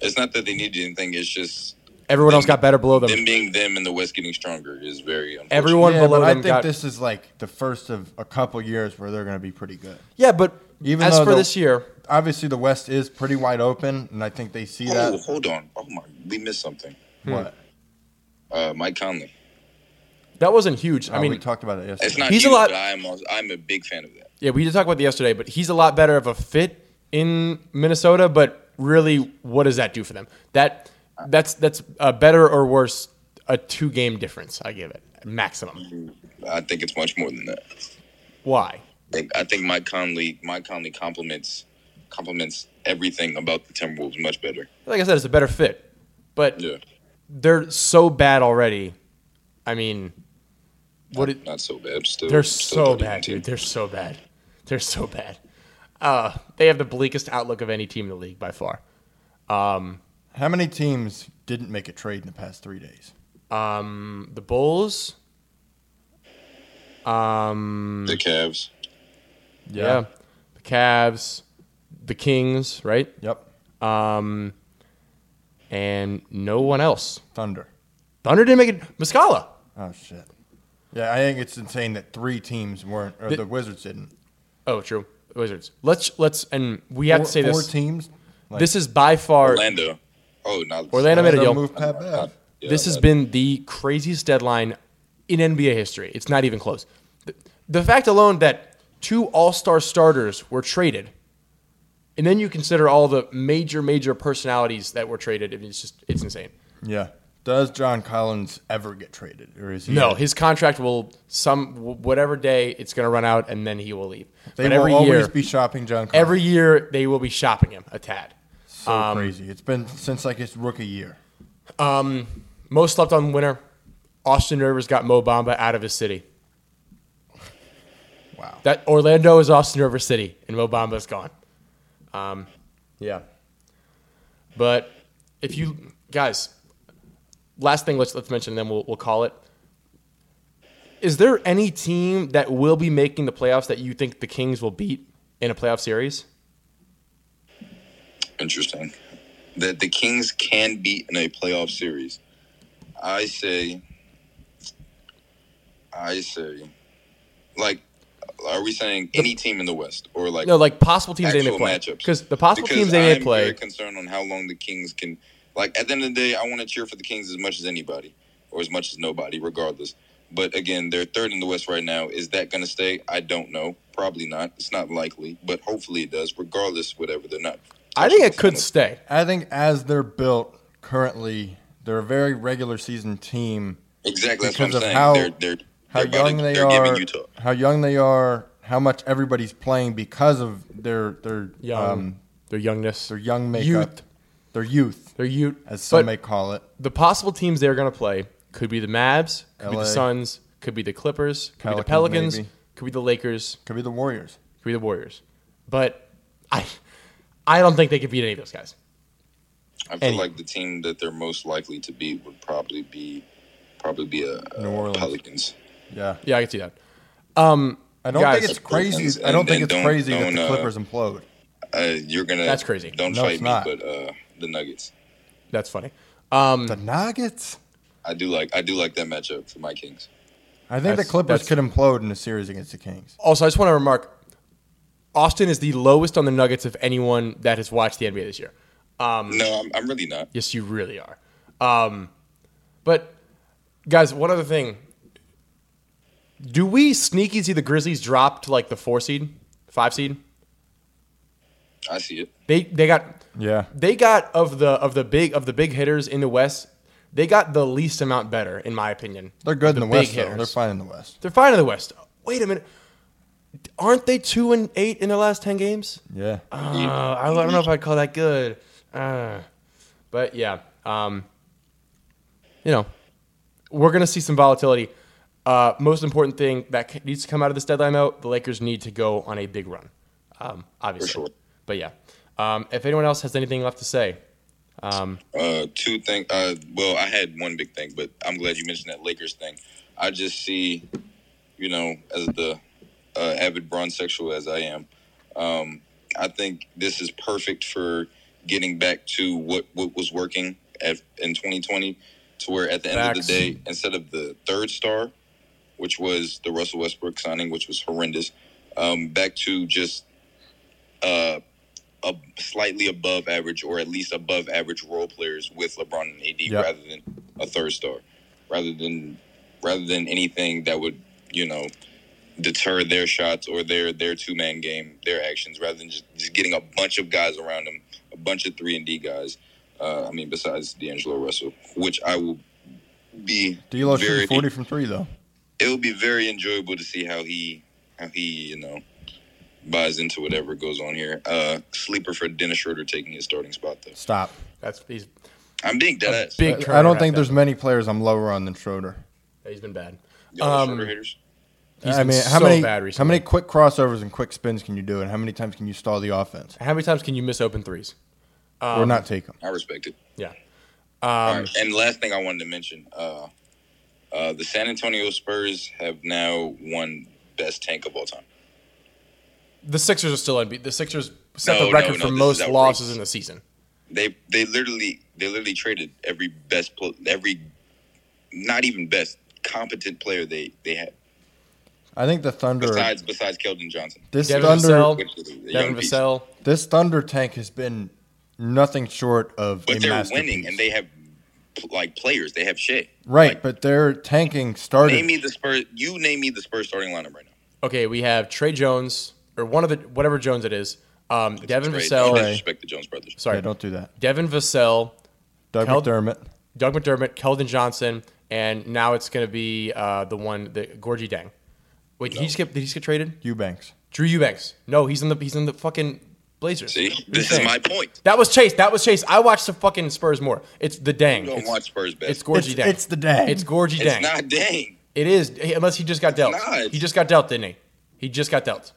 S3: It's not that they need anything. It's just
S1: Everyone else got better below
S3: them
S1: them.
S3: being them and the West getting stronger is very unfortunate.
S1: Everyone
S2: yeah,
S1: below
S2: but I
S1: them
S2: think
S1: got.
S2: this is like the first of a couple years where they're going to be pretty good.
S1: yeah, but
S2: Even
S1: as
S2: though
S1: for
S2: the-
S1: this year,
S2: Obviously, the West is pretty wide open, and I think they see
S3: Oh,
S2: that.
S3: hold on. Oh my, we missed something.
S2: What?
S3: Uh, Mike Conley.
S1: that wasn't huge.
S2: Oh,
S1: I mean,
S2: we talked about it yesterday.
S3: It's not.
S1: He's a
S3: huge,
S1: lot-
S3: But I'm. also- I'm a big fan of that.
S1: Yeah, we did talk about that yesterday, but he's a lot better of a fit in Minnesota. But really, what does that do for them? That that's that's a better or worse a two game difference. I give it maximum.
S3: I think it's much more than that.
S1: Why?
S3: think- I think Mike Conley Mike Conley complements complements everything about the Timberwolves much better.
S1: Like I said, it's a better fit, but
S3: Yeah,
S1: they're so bad already. I mean, what? It,
S3: not so bad. Still,
S1: they're
S3: still
S1: so
S3: better than
S1: bad,
S3: team.
S1: dude. They're so bad. They're so bad. Uh, they have the bleakest outlook of any team in the league by far.
S2: How many teams didn't make a trade in the past three days?
S1: Um, the Bulls. Um,
S3: The Cavs.
S1: Yeah. The Cavs, the Kings, right?
S2: Yep.
S1: Um, and no one else.
S2: Thunder.
S1: Thunder didn't make it. Muscala.
S2: Oh shit. Yeah, I think it's insane that three teams weren't, or
S1: The-
S2: the, Wizards didn't.
S1: Oh, true. Wizards. Let's let's and we have
S2: four,
S1: to say
S2: four
S1: this.
S2: teams. Like,
S1: This is by far
S3: Orlando. Oh, no.
S1: Orlando made a
S2: Orlando
S1: deal.
S2: moved Pat Bev.
S3: Yeah,
S1: this has
S3: that-
S1: been the craziest deadline in NBA history. It's not even close. The, the fact alone that two All Star starters were traded, and then you consider all the major major personalities that were traded. I mean, it's just it's insane.
S2: Yeah. Does John Collins ever get traded, or is he?
S1: No, his contract will some wh- whatever day it's going to run out, and then he will leave.
S2: They
S1: but
S2: will
S1: every
S2: always
S1: year,
S2: be shopping John Collins.
S1: every Um, year they will be shopping him a tad.
S2: so crazy. It's been since like his rookie year.
S1: Most slept on winner. Austin Rivers got Mo Bamba out of his city.
S2: Wow.
S1: That Orlando is Austin River City, and Mo Bamba's gone. Um, yeah. But if you guys, last thing let's let's mention, then we'll we'll call it. Is there any team that will be making the playoffs that you think the Kings will beat in a playoff series?
S3: Interesting. That the Kings can beat in a playoff series. I say. I say. Like, are we saying any team in the West or like
S1: No, like possible teams they may
S3: actual
S1: play.
S3: matchups.
S1: Because the possible
S3: Because
S1: teams they may
S3: I'm
S1: play.
S3: Very concerned on how long the Kings can. Like at the end of the day, I want to cheer for the Kings as much as anybody, or as much as nobody, regardless. But again, they're third in the West right now. Is that going to stay? I don't know. Probably not. It's not likely, but hopefully it does. Regardless, whatever they're not.
S1: I think it could stay.
S2: I think as they're built currently, they're a very regular season team.
S3: Exactly. That's
S2: because
S3: what I'm
S2: of
S3: saying.
S2: how-
S3: they're, they're,
S2: How
S3: they're about to-
S2: young they
S3: they're
S2: are.
S3: Giving Utah.
S2: How young they are. How much everybody's playing because of their their
S1: Young,
S2: um,
S1: their youngness,
S2: their young makeup,
S1: youth,
S2: their youth,
S1: their youth.
S2: as some
S1: But-
S2: may call it.
S1: the possible teams they're going to play could be the Mavs, could be
S2: LA.
S1: the Suns, could be the Clippers, could be the
S2: Pelicans,
S1: Pelicans,
S2: maybe.
S1: could be the Lakers,
S2: Could be the Warriors.
S1: could be the Warriors. But I, I don't think they could beat any of those guys.
S3: I feel
S1: Any-
S3: like the team that they're most likely to beat would probably be, probably be a, a
S2: New Orleans.
S3: Pelicans.
S2: Yeah.
S1: Yeah, I can see that.
S2: I don't
S1: Guys.
S2: think it's crazy.
S3: And-
S2: I don't think
S3: and
S2: it's
S3: don't-
S2: crazy
S3: don't,
S2: that the
S3: uh,
S2: Clippers implode.
S3: Uh, you're gonna.
S1: That's crazy.
S3: Don't
S2: No,
S3: fight
S2: it's
S3: me,
S2: not.
S3: but uh, the Nuggets.
S1: That's funny. Um,
S2: The Nuggets.
S3: I do like I do like that matchup for my Kings.
S2: I think the
S1: That's-
S2: Clippers
S1: that's-
S2: could implode in a series against the Kings.
S1: Also, I just want to remark Austin is the lowest on the Nuggets of anyone that has watched the NBA this year.
S3: No, I'm, I'm really not.
S1: Yes, you really are. Um, but guys, one other thing. Do we sneaky see the Grizzlies drop to like the four seed, five seed?
S3: I see it.
S1: They they got
S2: Yeah.
S1: they got of the of the big of the big hitters in the West, they got the least amount better in my opinion.
S2: They're good in the
S1: big
S2: West. Though. They're
S1: hitters.
S2: fine in the West.
S1: They're fine in the West. Wait a minute, aren't they two and eight in their last ten games?
S2: Yeah.
S1: Uh, I don't know if I'd call that good. Uh, but yeah, um, you know, we're gonna see some volatility. Uh, most important thing that c- needs to come out of this deadline, though, the Lakers need to go on a big run, um, obviously.
S3: sure.
S1: But yeah, um, if anyone else has anything left to say, um,
S3: Uh, two things. Uh, well, I had one big thing, but I'm glad you mentioned that Lakers thing. I just see, you know, as the uh, avid bronze sexual as I am, um, I think this is perfect for getting back to what, what was working at, in 2020, to where at the end of
S1: Facts.
S3: the day, instead of the third star, which was the Russell Westbrook signing, which was horrendous, um, back to just uh, a slightly above average or at least above average role players with LeBron and AD
S2: Yep.
S3: rather than a third star, rather than rather than anything that would you know deter their shots or their their two man game, their actions, rather than just, just getting a bunch of guys around them, a bunch of three and D guys. Uh, I mean, besides D'Angelo Russell, which I will be
S2: D'Lo
S3: very-
S2: shooting forty from three though.
S3: it'll be very enjoyable to see how he how he you know buys into whatever goes on here. Uh, sleeper for Dennis Schroeder taking his starting spot though.
S2: Stop.
S1: that's he's
S3: I'm being dead ass.
S1: big.
S2: I
S1: turnaround
S2: don't think
S1: there.
S2: there's many players I'm lower on than Schroeder.
S1: He's been bad.
S3: Y'all are Schroeder haters.
S1: He's
S2: I
S1: been
S2: mean, how
S1: so
S2: many
S1: bad
S2: how
S1: recently.
S2: many quick crossovers and quick spins can you do, and how many times can you stall the offense
S1: How many times can you miss open threes? Um,
S2: or not take them?
S3: I respect it.
S1: Yeah. um,
S3: All right. And last thing I wanted to mention, uh, uh, the San Antonio Spurs have now won best tank of all time.
S1: The Sixers are still unbeaten. The Sixers set
S3: No,
S1: the
S3: no,
S1: record
S3: no,
S1: for
S3: this
S1: most
S3: is outrageous.
S1: losses in the season.
S3: They they literally they literally traded every best pl- every not even best competent player they they have
S2: I think the Thunder.
S3: besides besides Keldon Johnson.
S2: this
S1: Devin
S2: Thunder.
S1: Vassell.
S3: Which is a young
S1: Devin
S3: beast.
S1: Vassell.
S2: This Thunder tank has been nothing short of a
S3: But they're
S2: masterpiece.
S3: winning and they have like players. They have shit.
S2: right, but their tanking started.
S3: Name me the Spurs. You name me the Spurs starting lineup right now.
S1: Okay, we have Trey Jones or one of the whatever Jones it is. Um, Devin
S3: Trey,
S1: Vassell.
S3: Don't disrespect the Jones brothers.
S1: Sorry,
S2: Yeah, don't do that.
S1: Devin Vassell,
S2: Doug
S1: Kel-
S2: McDermott.
S1: Doug McDermott, Keldon Johnson, and now it's going to be uh, the one the Gorgie Dang. Wait, did he just get did he just get traded?
S2: Eubanks.
S1: Drew Eubanks. No, he's in the he's in the fucking Blazers.
S3: See,
S1: What are you
S3: this is
S1: saying?
S3: my point.
S1: That was Chase. That was Chase. I watched the fucking Spurs more. It's the Dang.
S3: You don't
S1: It's,
S3: watch Spurs best.
S1: it's Gorgie
S2: It's-
S1: Dang.
S2: it's the Dang.
S1: It's Gorgie
S3: It's
S1: Dang.
S3: not Dang.
S1: it is unless he just got dealt.
S3: not.
S1: He just got dealt, didn't he? He just got dealt.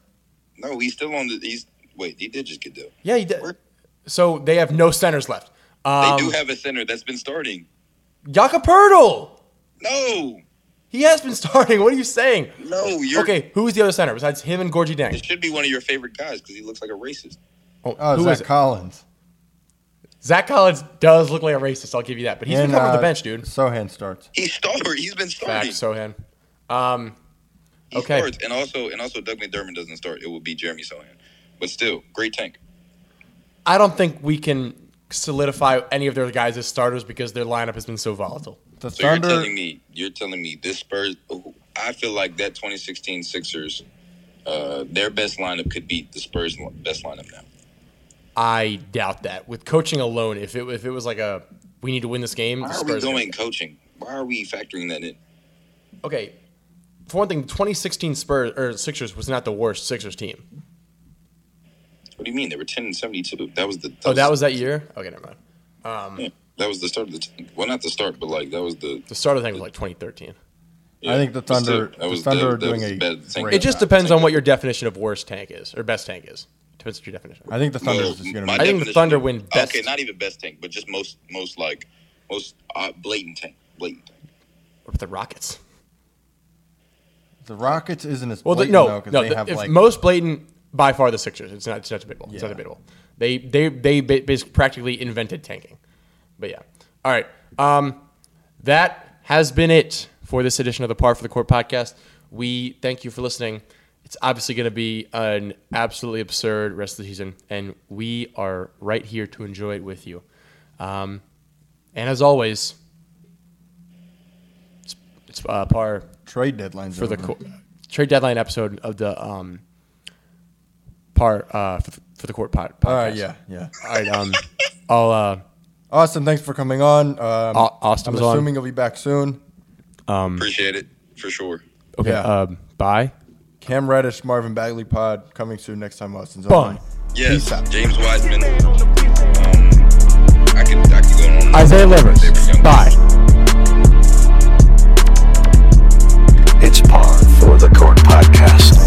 S3: No, he's still on the. He's wait. He did just get dealt.
S1: Yeah, he did.
S3: Where-
S1: So they have no centers left.
S3: They
S1: Um,
S3: do have a center that's been starting.
S1: Jakob Pertl.
S3: No,
S1: He has been (laughs) starting. What are you saying?
S3: no, you're.
S1: okay, who is the other center besides him and Gorgie Dang?
S3: It should be one of your favorite guys because he looks like a racist.
S1: Oh,
S2: Oh,
S1: who
S2: Zach
S1: is it?
S2: Collins.
S1: Zach Collins does look like a racist. I'll give you that, but he's
S2: And,
S1: been coming off
S2: uh,
S1: the bench, dude.
S2: Sohan starts.
S3: He started. He's been
S1: Back
S3: starting.
S1: Sohan. Um,
S3: He
S1: okay.
S3: starts, and also and also Doug McDermott doesn't start. It will be Jeremy Sohan. But still, great tank.
S1: I don't think we can solidify any of their guys as starters because their lineup has been so volatile.
S2: The
S3: So
S2: Thunder.
S3: you're telling me you're telling me this Spurs. oh, I feel like that 2016 Sixers, uh, their best lineup could beat the Spurs li- best lineup now.
S1: I doubt that. With coaching alone, if it if it was like a we need to win this game,
S3: Why
S1: the
S3: are we
S1: Spurs
S3: going coaching? Why are we factoring that in?
S1: Okay. For one thing, the 2016 Spurs or Sixers was not the worst Sixers team.
S3: What do you mean they were 10 and 72? That was the
S1: Oh, that was that year. Okay, never mind.
S3: Yeah, that was the start of the t- well, not the start, but like that was the.
S1: The start of the thing was like 2013.
S3: yeah,
S2: I think the
S3: but still,
S2: Thunder.
S3: that
S2: the
S3: was-
S2: Thunder
S3: that-
S2: are
S3: that
S2: doing
S3: was
S2: a
S3: bad thing.
S2: great.
S1: It just depends on what your definition of worst tank is or best tank is. Depends on your definition.
S2: I think the Thunder
S3: Well,
S2: is just going
S3: my
S2: to.
S1: I think the
S3: definition-
S1: Thunder win best.
S3: Okay, not even best tank, but just most most like most uh, blatant tank, blatant tank.
S1: What about the Rockets?
S2: The Rockets isn't as
S1: Well, the,
S2: blatant,
S1: no,
S2: though, 'cause
S1: no.
S2: they
S1: the-
S2: have
S1: if
S2: like
S1: most blatant by far the Sixers. It's not. It's not debatable. It's not
S2: Yeah.
S1: debatable. They they they ba- basically practically invented tanking. But yeah. All right. Um, that has been it for this edition of the Par for the Court podcast. We thank you for listening. It's obviously going to be an absolutely absurd rest of the season, and we are right here to enjoy it with you. Um, and as always, it's, it's uh, par
S2: trade deadlines
S1: for the
S2: over.
S1: co- trade deadline episode of the um part uh for, for the court pod. Podcast.
S2: All right, yeah, yeah.
S1: All right. Um. (laughs) I'll uh.
S2: Austin, thanks for coming on. Um,
S1: Au- Austin's
S2: I'm
S1: on.
S2: assuming you'll be back soon.
S1: Mm.
S3: Appreciate it for sure.
S1: Okay.
S2: Yeah.
S1: Um. Bye.
S2: Cam Reddish, Marvin Bagley pod coming soon next time Austin's
S1: Bun.
S2: on.
S3: Yes,
S2: Peace out.
S3: James Wiseman. Um, I could I could go on. and on.
S1: Isaiah Livers.
S3: They were young.
S1: Bye.
S4: It's Par for the Court Podcast.